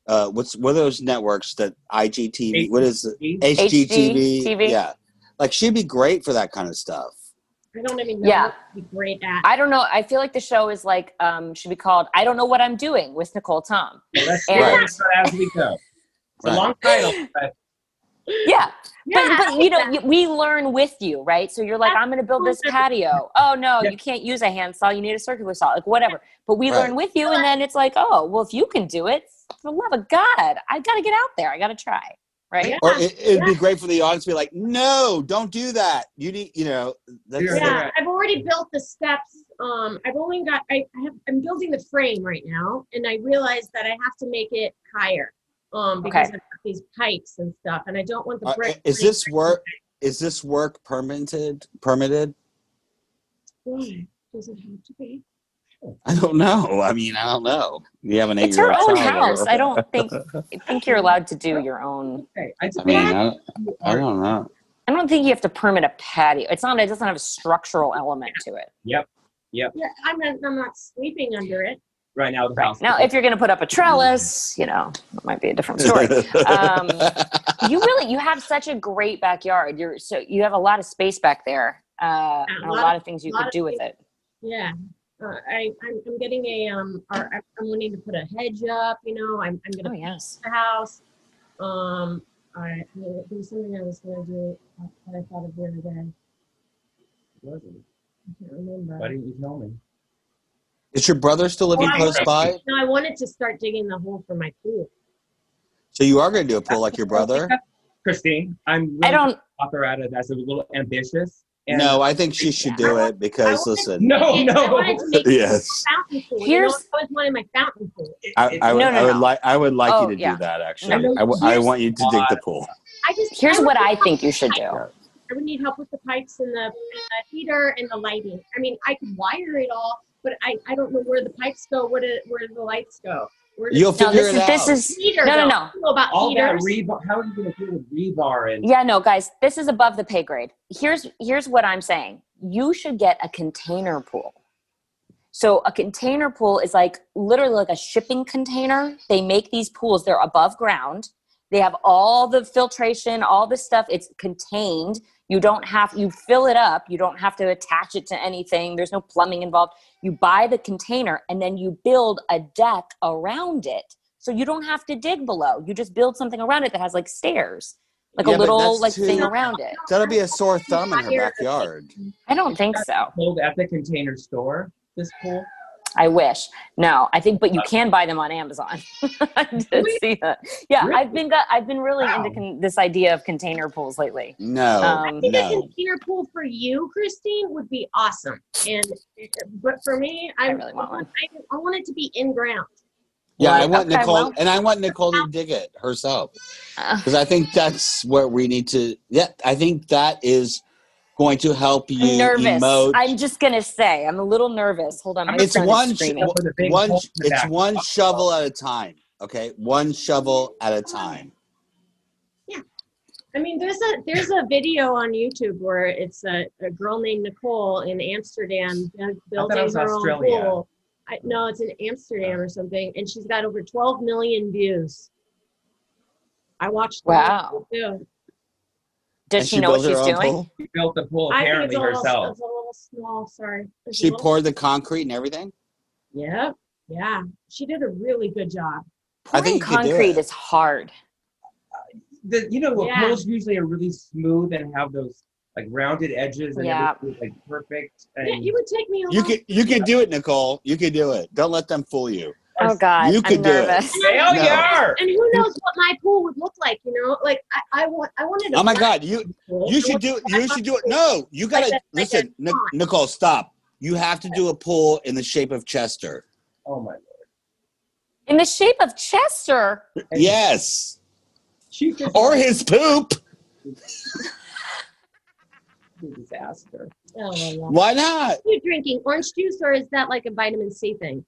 uh what's what are those networks that IGTV what is it? HGTV HGTV? yeah like she'd be great for that kind of stuff I don't even know Yeah. what to be great at. I don't know. I feel like the show is like um, should be called "I Don't Know What I'm Doing" with Nicole Tom. Well, Let's And- right. as we go. It's Right. a long title, but Yeah, but, Yeah, I but like you know that. y- we learn with you, right? So you're like, I'm going to build this patio. Oh no, Yeah. you can't use a handsaw. You need a circular saw, like whatever. But we Right. learn with you, and then it's like, oh well, if you can do it, for the love of God, I got to get out there. I got to try, right? Yeah. or it, it'd be great for the audience to be like no don't do that you need you know that's Yeah. yeah, I've already built the steps. Um, I've only got I, I have I'm building the frame right now, and I realized that I have to make it higher, um, because Okay. I've got these pipes and stuff, and I don't want the Uh, brick. is this work is this work permitted permitted Why does it have to be? I don't know I mean I don't know you have an eight It's her year own old house. I don't think I think you're allowed to do your own. okay. I just I mean I don't, you I are- don't know I don't think you have to permit a patio. It's not. It doesn't have a structural element to it. Yeah, I'm not, I'm not sleeping under it. right now the house. Now, if you're going to put up a trellis, you know, it might be a different story. Um, you really, you have such a great backyard. You're so you have a lot of space back there, uh, and a lot lot of things you lot could of do with things. it. Yeah. Uh, I, I'm, I'm getting a, um, or I'm I'm wanting to put a hedge up, you know, I'm, I'm Oh gonna yes. the house. Um, I, there was something I was gonna do uh, that I thought of the other day. I can't remember. Why didn't you tell me? Is your brother still living Why? close by? No, I wanted to start digging the hole for my pool. So you are going to do a pool like your brother? Christine, I'm I really don't. operatic. That's a little ambitious. and- No, I think she should do it because listen, Oh, no, I no. wanted to make yes, fountain pool. Here's- Here's you know, I always wanted my fountain pool. I, I would, No, no, I would no. like I would like Oh, you to yeah. do that actually. No. I, w- I want you to dig the pool. I just Here's would what need I help think you with should the do. pipes. I would need help with the pipes and the, and the heater and the lighting. I mean, I could wire it all, but I, I don't know where the pipes go. Where do, where do the lights go? Where do You'll No, figure this it is out. this is heater no, no, go? no. I don't know about All that heaters. rebar. How are you going to do with rebar and Yeah, no, guys, this is above the pay grade. Here's here's what I'm saying. You should get a container pool. So a container pool is like literally like a shipping container. They make these pools. They're above ground. They have all the filtration, all the stuff. It's contained. You don't have you fill it up. You don't have to attach it to anything. There's no plumbing involved. You buy the container and then you build a deck around it. So you don't have to dig below. You just build something around it that has like stairs. Like Yeah, a but little that's like too- thing around it. That'll be a sore thumb in her Wire. backyard. I don't think so. sold at the container store? This pool. I wish. No, I think, but you can buy them on Amazon. I did see that. Yeah, I've been got. I've been really into Wow. con- this idea of container pools lately. No, Um, I think a no. container pool for you, Christine, would be awesome. And but for me, I, I really want one. I, I want it to be in ground. Yeah, I Right, want okay, Nicole, well- and I want Nicole to dig it herself Uh, because I think that's where we need to. Yeah, I think that is going to help you I'm nervous. emote. I'm just gonna say, I'm a little nervous. Hold on, my it's son one is sh- screaming. With a big one hole in the it's back. one shovel at a time okay one shovel at a time I mean, there's a there's a video on YouTube where it's a, a girl named Nicole in Amsterdam uh, building was her Australia. Oh. own pool. I, no, it's in Amsterdam or something, and she's got over 12 million views. I watched. the whole Wow. video. Does And she know what built her she's own doing? pool? She built the pool I think it's apparently a little, herself. it's a little small. Sorry. It's a she little- poured the concrete and everything Yep. Yeah. She did a really good job. I Pouring think you could do concrete it. is hard. The, you know, Yeah. pools usually are really smooth and have those like rounded edges and Yeah. everything like perfect. Yeah, And it would take me a you long could you could do it nicole you could do it don't let them fool you Oh God, You I'm could do it. nervous. And I They all No. Oh, are. And who knows what my pool would look like? You know, like I, I want, I wanted. a Oh my black God, you pool. I you should want- do you should do it. No, you Like gotta that- like that listen, Nic- pond. Nicole. Stop. You have to do a pool in the shape of Chester. Oh my lord. In the shape of Chester. And Yes, She just or his poop. a disaster. Oh, well, yeah. Why not? What are you drinking orange juice or is that like a vitamin C thing?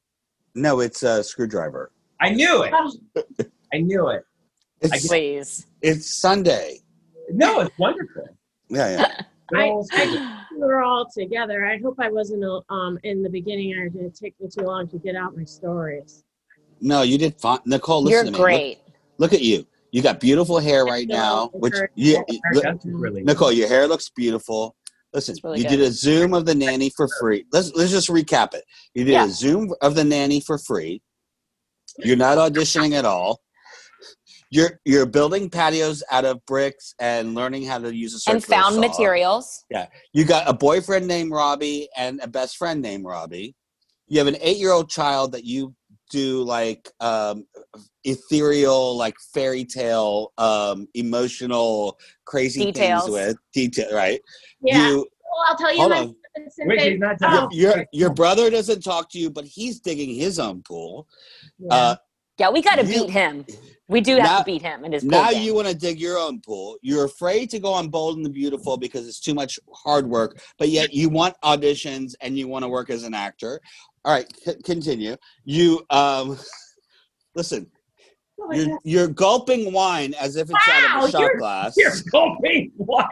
No, it's a screwdriver. I knew it. Oh. I knew it. It's, Please. it's Sunday. No, it's wonderful. Yeah, yeah. Good I- old I- Sunday. We were all together. I hope I wasn't um in the beginning. I didn't take me too long to get out my stories. No, you did fine, Nicole. You're Listen to me. Look- great. Look, at you. You got beautiful hair right know, now. it's Which very- you, you- look- That's really Nicole, your hair looks beautiful. Listen, really you good. did a Zoom of the nanny for free. Let's let's just recap it. You did Yeah. a Zoom of the nanny for free. You're not auditioning at all. You're you're building patios out of bricks and learning how to use a circular And found saw. materials. You got a boyfriend named Robbie and a best friend named Robbie. You have an eight-year-old child that you do like um, ethereal, like fairy tale, um, emotional, crazy Details. things with detail, right? Yeah. You, well, I'll tell you hold my on. secrets and Wait, things. he's not Oh. done. Your your brother doesn't talk to you, but he's digging his own pool. Uh, Yeah, we got to You- beat him. We do have Now- to beat him in his pool now game. you want to dig your own pool. You're afraid to go on Bold and the Beautiful because it's too much hard work, but yet you want auditions and you want to work as an actor. All right, c- continue. You um, listen. Oh my You're, God. you're gulping wine as if it's out of Wow, a shot you're- glass. You're going why?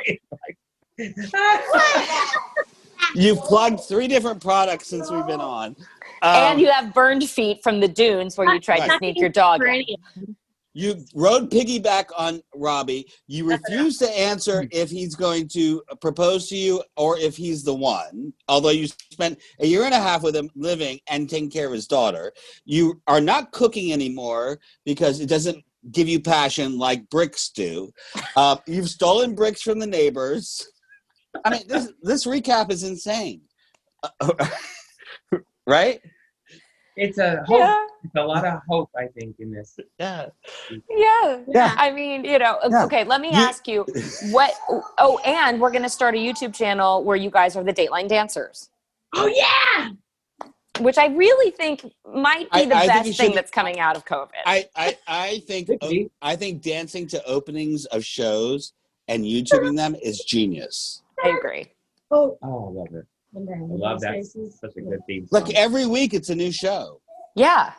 You've plugged three different products since we've been on. Um, and you have burned feet from the dunes where you tried to Right. sneak your dog For in. any- You rode piggyback on Robbie. You refuse to answer if he's going to propose to you or if he's the one, although you spent a year and a half with him living and taking care of his daughter. You are not cooking anymore because it doesn't give you passion like bricks do. Uh, you've stolen bricks from the neighbors. I mean, this, this recap is insane. Uh, right? It's a hope. Yeah, It's a lot of hope, I think, in this. Yeah. yeah. Yeah. I mean, you know, Yeah. okay, let me You- ask you what. Oh, and we're going to start a YouTube channel where you guys are the Dateline dancers, Oh yeah. which I really think might be I- the I think best you thing should- that's coming out of COVID. I, I, I think Could be. I think dancing to openings of shows and YouTubing them is genius. I agree. Oh. Oh, I love it. I love that. Such a good theme. Song. Like every week, it's a new show. Yeah,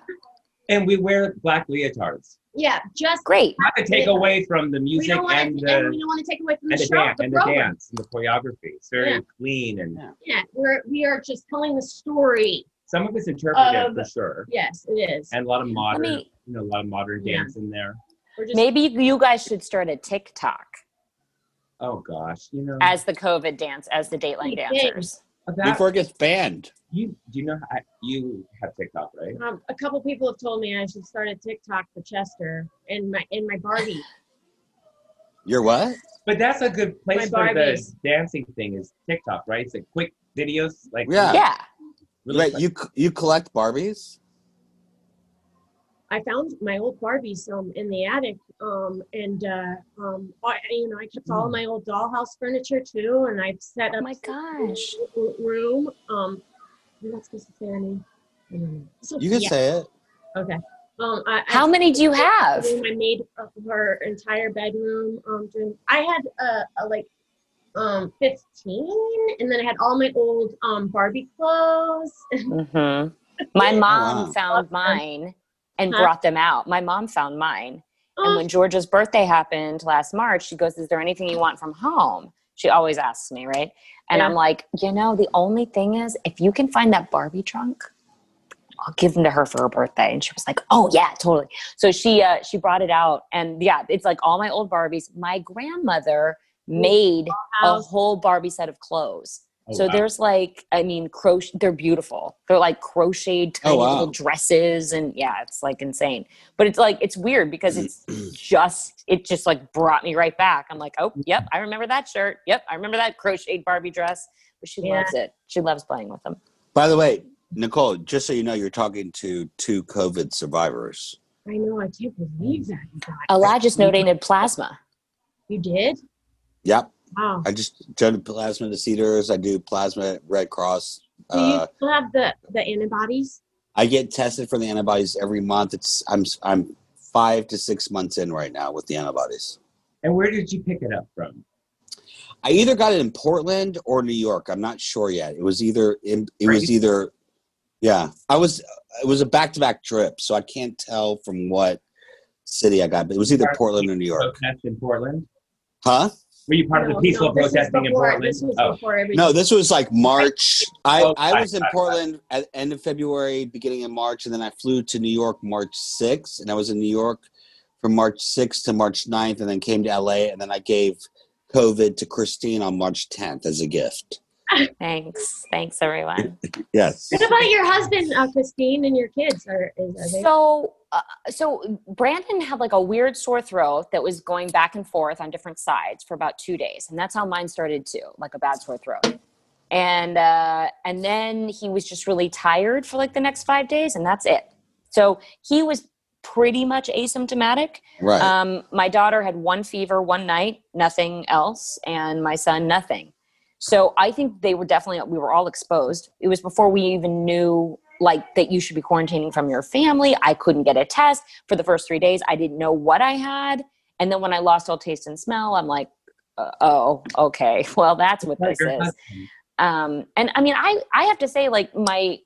and we wear black leotards. Yeah, just great. Not to take away from the we music don't want and to, the and we don't want to take away from the and the, show, dan- the and the program. dance and the choreography. It's very Yeah. clean and Yeah, we're we are just telling the story. some of it's interpretive Of- for sure. Um, Yes, it is. And a lot of modern, me- you know, a lot of modern Yeah. dance in there. We're just Maybe you guys should start a TikTok Oh gosh, you know. as the COVID dance, as the Dateline Yeah. dancers. that, Before it gets banned, you do you know how, you have TikTok, right? um, a couple people have told me I should start a TikTok for Chester and my and my Barbie. you're what? But that's a good place My for the Barbies. dancing thing is TikTok, right? It's like quick videos, like Yeah. Yeah. really Wait, quick. you c- you collect Barbies? I found my old Barbies um, in the attic, um, and uh, um, I, you know I kept all my old dollhouse furniture too, and I've set Oh up my a gosh. r- room. Um, I'm not supposed to say her name. I don't know. So- You can yeah, say it. okay. Um, I, I How many do you have? room. I made up her entire bedroom. Um, during, I had a, a like um 15 and then I had all my old um Barbie clothes. hmm My mom Mm-hmm. wow. found mine and Huh? brought them out. My mom found mine. And Oh, when Georgia's birthday happened last March, she goes, Is there anything you want from home? She always asks me, right? And Yeah. I'm like, You know, the only thing is, if you can find that Barbie trunk, I'll give them to her for her birthday. And she was like, Oh, yeah, totally. So she, uh, she brought it out. And yeah, it's like all my old Barbies. My grandmother made a house. whole Barbie set of clothes. Oh, so wow. there's like, I mean, crochet. They're beautiful. They're like crocheted Oh, tiny wow. little dresses, and yeah, it's like insane. But it's like it's weird because it's just it just like brought me right back. I'm like, oh, yep, I remember that shirt. Yep, I remember that crocheted Barbie dress. But she Yeah. loves it. She loves playing with them. By the way, Nicole, just so you know, you're talking to two COVID survivors. I know. I can't believe that. you got it. Elijah's donated plasma. You did? Yep. Wow. I just did plasma to Cedars. I do plasma at Red Cross. Do you Uh, still have the, the antibodies? I get tested for the antibodies every month. It's I'm I'm five to six months in right now with the antibodies. And where did you pick it up from? I either got it in Portland or New York. I'm not sure yet. It was either in, it was either yeah. I was it was a back to back trip, so I can't tell from what city I got, but it was either Portland or New York. Protest Oh, in Portland. Huh? Were you part of No, the peaceful no, this was protesting in before- Portland? This was oh, before everything. No, this was like March. I, Oh, I right, was in right, right. Portland at the end of February, beginning of March, and then I flew to New York March 6th, and I was in New York from March 6th to March 9th, and then came to LA, and then I gave COVID to Christine on March 10th as a gift. Thanks. Thanks, everyone. Yes. What about your husband, uh, Christine, and your kids? Are, is, are they? So, uh, so Brandon had like a weird sore throat that was going back and forth on different sides for about two days, and that's how mine started too, like a bad sore throat. And uh, and then he was just really tired for like the next five days, and that's it. So he was pretty much asymptomatic. Right. Um, my daughter had one fever one night, nothing else, and my son nothing. So I think they were definitely we were all exposed. It was before we even knew like that you should be quarantining from your family. I couldn't get a test for the first three days. I didn't know what I had, and then when I lost all taste and smell, I'm like, uh, oh, okay, well that's what this Your is husband. um, and i mean i i have to say like my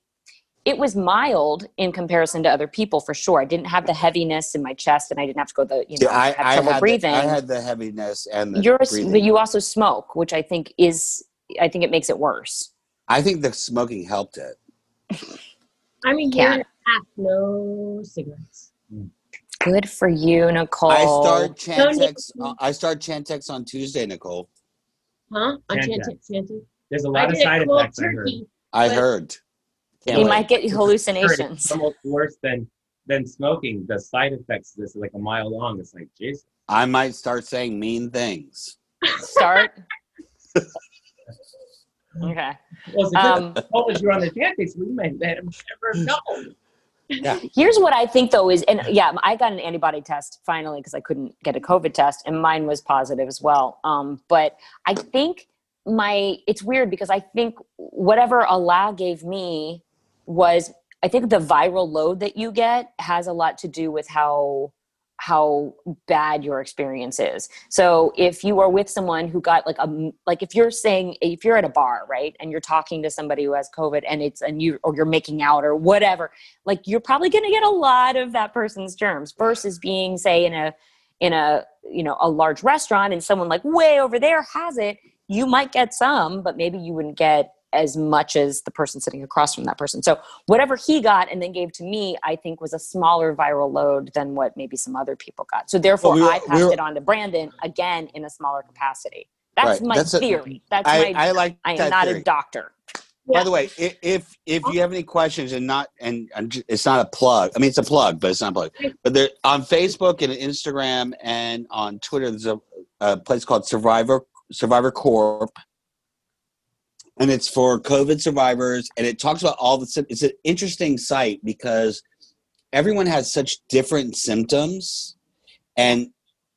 it was mild in comparison to other people for sure i didn't have the heaviness in my chest and i didn't have to go the you know Yeah, I, have I, trouble had breathing the, I had the heaviness and the you're a s- but breathing. you also smoke which i think is i think it makes it worse I think the smoking helped it. I'm a year Can't. and a half. No cigarettes. good for you nicole I start Chantix. No, no. I start Chantix on Tuesday, Nicole. Huh? I Can't can't take Santa. There's a I lot of did side it cold effects. I heard. turkey. I But- heard. Can't you wait. might get It's hallucinations almost worse than than smoking. The side effects of this is like a mile long. It's like, Jesus. I might start saying mean things. start okay Well, it's a good um, told us you're on the Chantix. We might have Mm. never known. Here's what I think though is, and yeah, I got an antibody test finally because I couldn't get a COVID test, and mine was positive as well. Um, but I think my it's weird because I think whatever Allah gave me was, I think the viral load that you get has a lot to do with how how bad your experience is. So if you are with someone who got like a m- like if you're saying if you're at a bar, right, and you're talking to somebody who has covid and it's and you or you're making out or whatever, like you're probably going to get a lot of that person's germs versus being say in a in a you know a large restaurant and someone like way over there has it, you might get some, but maybe you wouldn't get as much as the person sitting across from that person. So whatever he got and then gave to me, I think was a smaller viral load than what maybe some other people got. So therefore, Well, we were- I passed we were- it on to Brandon again in a smaller capacity. That's Right. my That's a- theory. That's I, my. I like. I am that not theory. a doctor. By the way, i- if if you have any questions and not and and j- it's not a plug. I mean, it's a plug, but it's not a plug. But there on Facebook and Instagram and on Twitter, there's a, a place called Survivor Survivor Corp, and it's for COVID survivors, and it talks about all the. sym- It's an interesting site because everyone has such different symptoms, and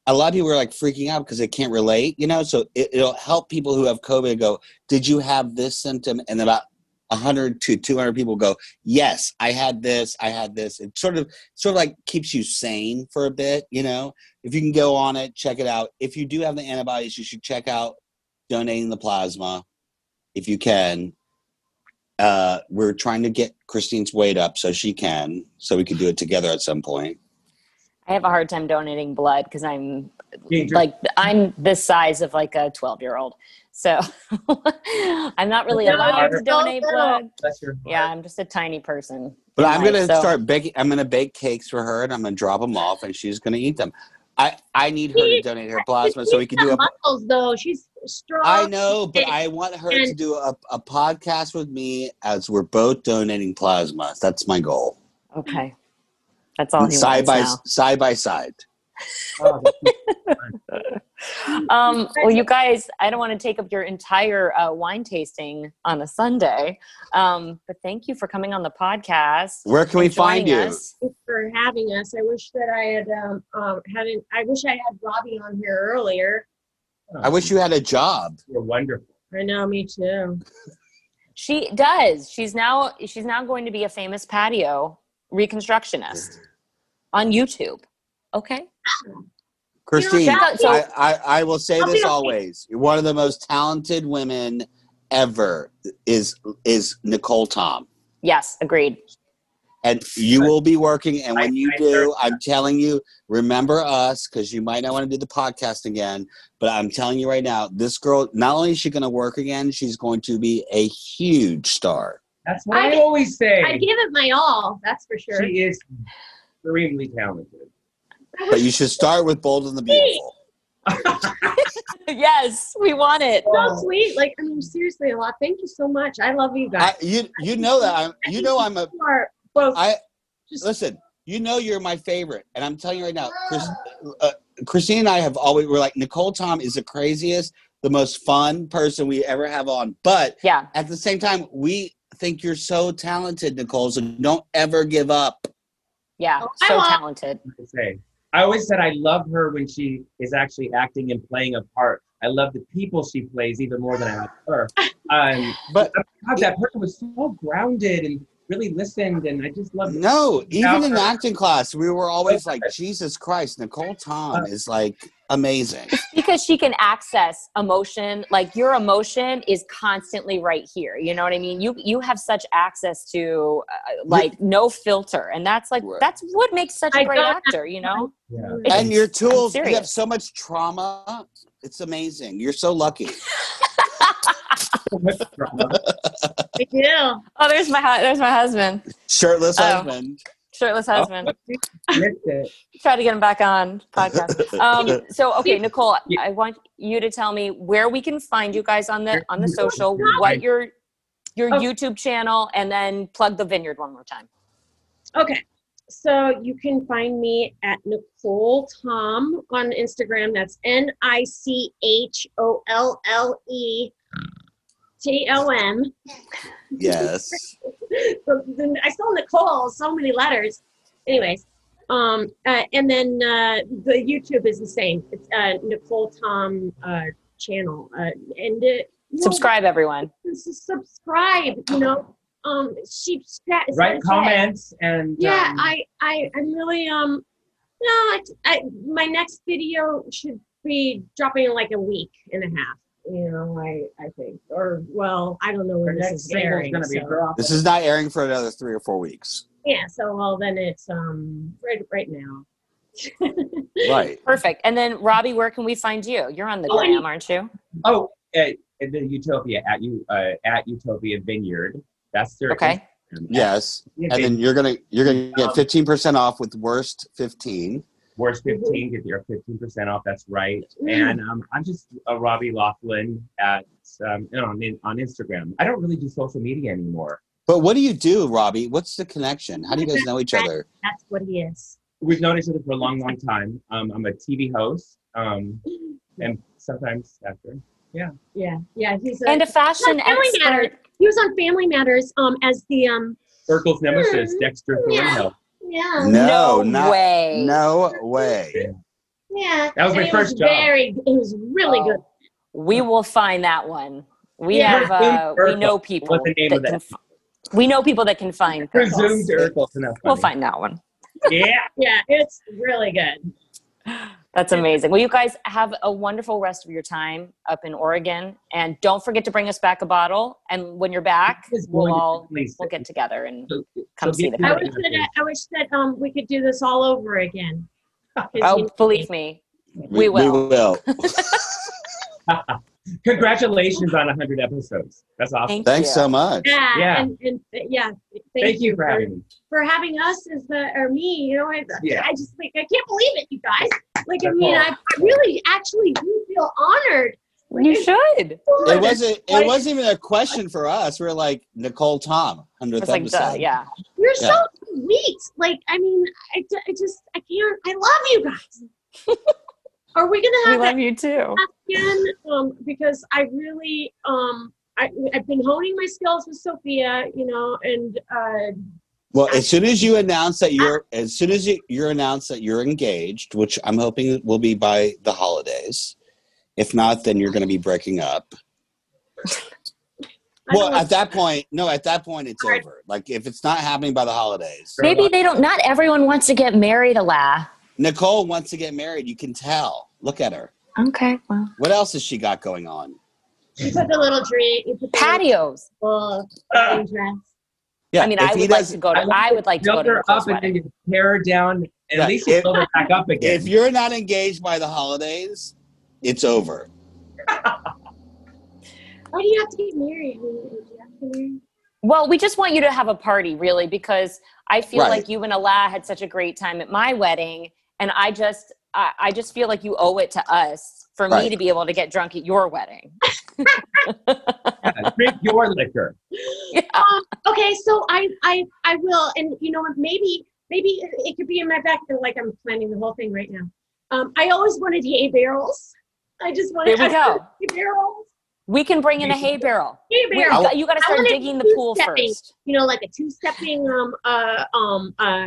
a lot of people are like freaking out because they can't relate, you know. So it, it'll help people who have COVID go, "Did you have this symptom?" And about 100 to 200 people go, "Yes, I had this. I had this." It sort of, sort of like keeps you sane for a bit, you know. If you can go on it, check it out. If you do have the antibodies, you should check out donating the plasma if you can. Uh, we're trying to get Christine's weight up so she can, so we could do it together at some point. I have a hard time donating blood because I'm Dangerous. like I'm the size of like a 12 year old. So I'm not really No, allowed to you're donate so blood. Bless your heart. Yeah, I'm just a tiny person. But in I'm life, gonna so- start baking. I'm gonna bake cakes for her, and I'm gonna drop them off, and she's gonna eat them. I I need her to She- donate her plasma She's so we can do a. got muscles though. She's strong. I know, but I want her to And- do a, a podcast with me as we're both donating plasma. That's my goal. Okay. That's all he wants side by now. side by side. Oh, that's- Um, well, you guys, I don't want to take up your entire uh, wine tasting on a Sunday, um, but thank you for coming on the podcast. Where can we and joining find you? us. for having us. I wish that I had um, um hadn't. I wish I had Robbie on here earlier. I wish you had a job. You're wonderful. I know, me too. She does. She's now she's now going to be a famous patio reconstructionist Mm. on YouTube. Okay. Christine, check out- so- I, I, I will say I'll be this okay. always. You're one of the most talented women ever is is Nicole Tom. Yes. Agreed. And you will be working. And when I- you I heard do, I'm telling you, remember us because you might not want to do the podcast again. But I'm telling you right now, this girl, not only is she going to work again, she's going to be a huge star. That's what I- I, always say. I give it my all. That's for sure. She is extremely talented. But you should start with Bold and the Beautiful. yes, we want it. so sweet. Like, I mean, seriously, a lot. Thank you so much. I love you guys. I, you you know that I'm you know I'm a You are both I just listen, you know you're my favorite, and I'm telling you right now, Chris, uh, Christine and I have always we're like Nicole Tom is the craziest, the most fun person we ever have on. But Yeah. at the same time, we think you're so talented, Nicole. So don't ever give up. Yeah. Oh, I So want- talented. I say. I always said I love her when she is actually acting and playing a part. I love the people she plays even more than I love her. Um, But God, that person was so grounded and really listened, and I just love. no, even in her. acting class, we were always like, Jesus Christ, Nicole Uh, Tom is like amazing. because she can access emotion like your emotion is constantly right here you know what i mean you you have such access to uh, like no filter and that's like Right. that's what makes such a I great don't- actor you know Yeah. And your tools, you have serious. so much trauma. It's amazing. You're so lucky. So much drama. I do. oh there's my hu- there's my husband Shirtless Oh. husband. shirtless husband Missed it. try to get him back on podcast um so okay nicole i want you to tell me where we can find you guys on the on the social what your your Oh. youtube channel and then plug the vineyard one more time Okay. So you can find me at Nicole Tom on Instagram. That's N I C H O L L E T O M. Yes. So then I saw Nicole so many letters. Anyways, um, uh, and then uh, the YouTube is the same. It's uh, Nicole Tom uh, channel, uh, and uh, no, subscribe everyone s- s- subscribe. You know, um, she that- Write said- comments and Yeah, um, I, I, I'm really um, no, I, I, my next video should be dropping in like a week and a half. You know, I, I think, or well, I don't know Her when this next is single airing. is going to be so- her off. This is not airing for another three or four weeks. Yeah, so well then it's um right right now. Right. Perfect. And then Robbie, where can we find you? You're on the Oh, and- gram, aren't you? Oh, at, at the Utopia at you uh, at Utopia Vineyard. That's their Okay. Instagram. Yes. Utopia And then you're gonna you're gonna get Um, fifteen percent off with worst fifteen. Worst 15, get your 15% off. That's right. And um, I'm just a Robbie Laughlin at um, you know, on, in- on Instagram. I don't really do social media anymore. But what do you do, Robbie? What's the connection? How do you guys know each other? That's what he is. We've known each other for a long, long time. Um, I'm a TV host um, and sometimes actor. Yeah, yeah, he's a, And a fashion Family Matters. expert. he was on Family Matters um as the um Urkel's nemesis, Mm-hmm. Dexter Thornhill. yeah No, not way. no way. yeah That was my And it first job. Very, it was really Oh, good. We will find that one. We Yeah. have. Uh, we Urkel. know people What's the name that of that? can. fi- we know people that can find. things. Presumed Urkel's enough. We'll funny. find that one. Yeah. Yeah, it's really good. That's amazing. Well, you guys have a wonderful rest of your time up in Oregon, and don't forget to bring us back a bottle. And when you're back, This is we'll going to all Lisa. we'll get together and So- so come see get the to I it. wish that I wish that um we could do this all over again. 'Cause, you oh, know, believe me, We We will. will. Congratulations on 100 episodes. That's awesome. thank Thanks you. so much. yeah, Yeah. and, and yeah. Thank, Thank you for for, having me. for having us as the or me. You know, I, Yeah. I just like I can't believe it, you guys. Like I That's mean, all. I, I really actually do feel honored. You should. It wasn't it wasn't even a question for us. We are like Nicole Tom, hundredth It's like, episode. duh, yeah. You're Yeah. so sweet. Like, I mean, I, ju- I just, I can't, I love you guys. Are we gonna We have that love you too. again? Um, because I really um I, I've been honing my skills with Sophia, you know, and uh, Well, as soon as you announce Ah. that you're, as soon as you, you're announced that you're engaged, which I'm hoping will be by the holidays. If not, then you're going to be breaking up. I Well, don't- at that point, no, at that point, it's Alright. over. Like if it's not happening by the holidays, Maybe they don't. Not everyone wants to get married, Allah. Nicole wants to get married. You can tell. Look at her. Okay, well, What else has she got going on? you put the little drink, you put the patios. little Uh. wedding dress. Yeah, I mean, if I he would like doesn't- to go to. I- I would like to go Build to her Nicole's up and wedding. then you tear her down. And Yeah, at least you if- build her back up If again. you're not engaged by the holidays, it's over. Why do you have to get married? I mean, do you have to get married? Well, we just want you to have a party, really, because I feel Right. like you and Allah had such a great time at my wedding, and I just, I, I just feel like you owe it to us for Right. me to be able to get drunk at your wedding. Drink your liquor. Um, okay, so I, I, I will, and you know, what, maybe, maybe it- it could be in my back. Like I'm planning the whole thing right now. Um, I always wanted hay barrels. I just wanted There we I go. wanted hay barrels. We can bring in a hay barrel. Hay We- barrels. you got to I start wanna digging the do pool something. first. You know, like a two-stepping, um, uh, um, uh,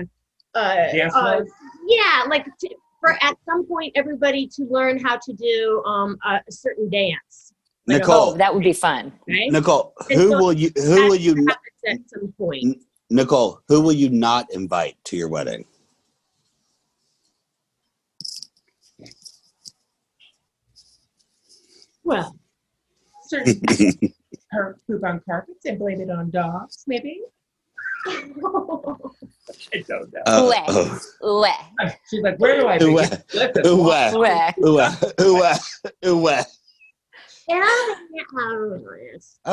uh, Dance uh floor? yeah, like to, for at some point everybody to learn how to do um a, a certain dance. Oh, Nicole, that would be fun. Okay. Nicole, And who so- will you? Who will you? That not- happens at some Mm. point. Nicole, who will you not invite to your wedding? Well, certain her poop on carpets and blame it on dogs, maybe. I don't know. Uh, Bleh. oh. Bleh. She's like, where do I Who, begin? Listen, who, uh, Bleh. who, uh, who, uh, who, uh. Oh,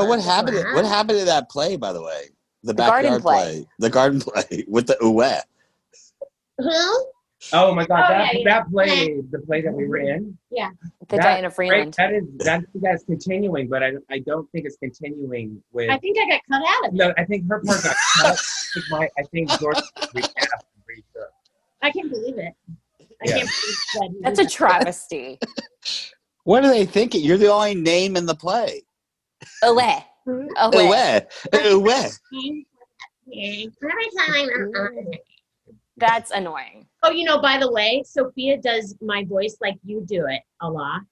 what happened? To, what happened to that play, by the way? The, backyard garden play. The garden play with the uwe. Huh? Oh my god, Oh, that, yeah, that play, the play that we were in. The That- Diana Right, Freeland. that is that that's continuing, but I I don't think it's continuing with I think I got cut out of it. no, I think her part got cut. I think my I think George recast, I'm pretty sure. I can't believe it. I Yeah. can't believe that. That's a travesty. What are they thinking? You're the only name in the play. Oleh. Oleh. Uwe. Uwe. That's annoying. Oh, you know, by the way, Sophia does my voice like you do it, Allah.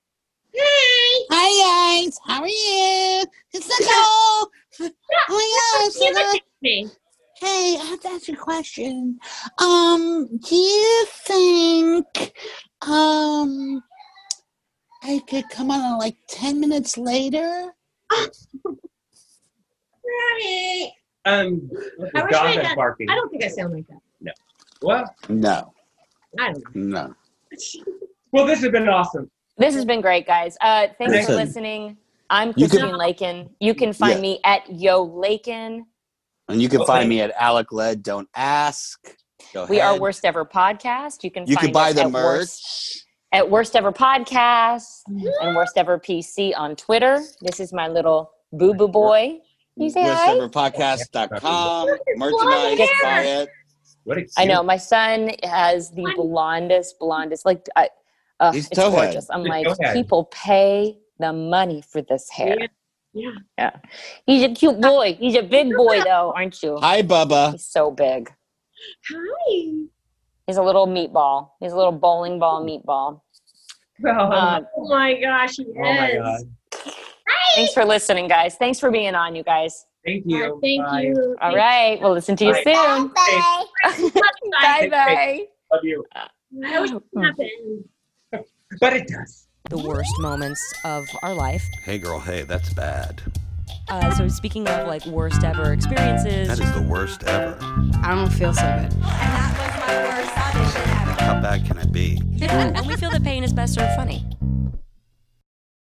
Hey! Oh, Hi guys, how are you? It's Nicole. Oh my gosh, You look at me. Hey, I have to ask you a question. Um, do you think um I could come on like ten minutes later? Right. Um look, I wish I dog is had- barking. I don't think I sound like that. Well, No, I don't know. no. well this has been awesome. This has been great, guys. Uh, thanks Listen. for listening. I'm You can- Christine Lakin. You can find Yeah. me at Yo Lakin. And you can Okay. find me at Alec Led. Don't ask. Go We ahead. are Worst Ever Podcast. You can You find can buy us the at merch. Worst, at Worst Ever Podcast and Worst Ever PC on Twitter. This is my little boo boo boy. You say hi? WorstEverPodcast.com. Merchandise. Get Buy some. it. What a cute, I know my son has the Hi. blondest, blondest. Like, I, uh, He's it's towhead. gorgeous. I'm He's like, towhead. people pay the money for this hair. Yeah. Yeah. He's a cute boy. He's a big boy, though, aren't you? Hi, Bubba. He's so big. Hi. He's a little meatball. He's a little bowling ball meatball. Oh, Uh, Oh my gosh, yes. oh my god. thanks for listening, guys. Thanks for being on, you guys. Thank All right, you. thank Bye. you. All right. We'll listen to you Bye. soon. Bye. Bye bye. Love you. I wish it happened. But it does. The worst moments of our life. Hey, girl, hey, that's bad. Uh, so speaking of like worst ever That experiences, is the worst ever. I don't feel so good. And that was my worst audition ever. How bad can it be? and we feel that pain is best served funny.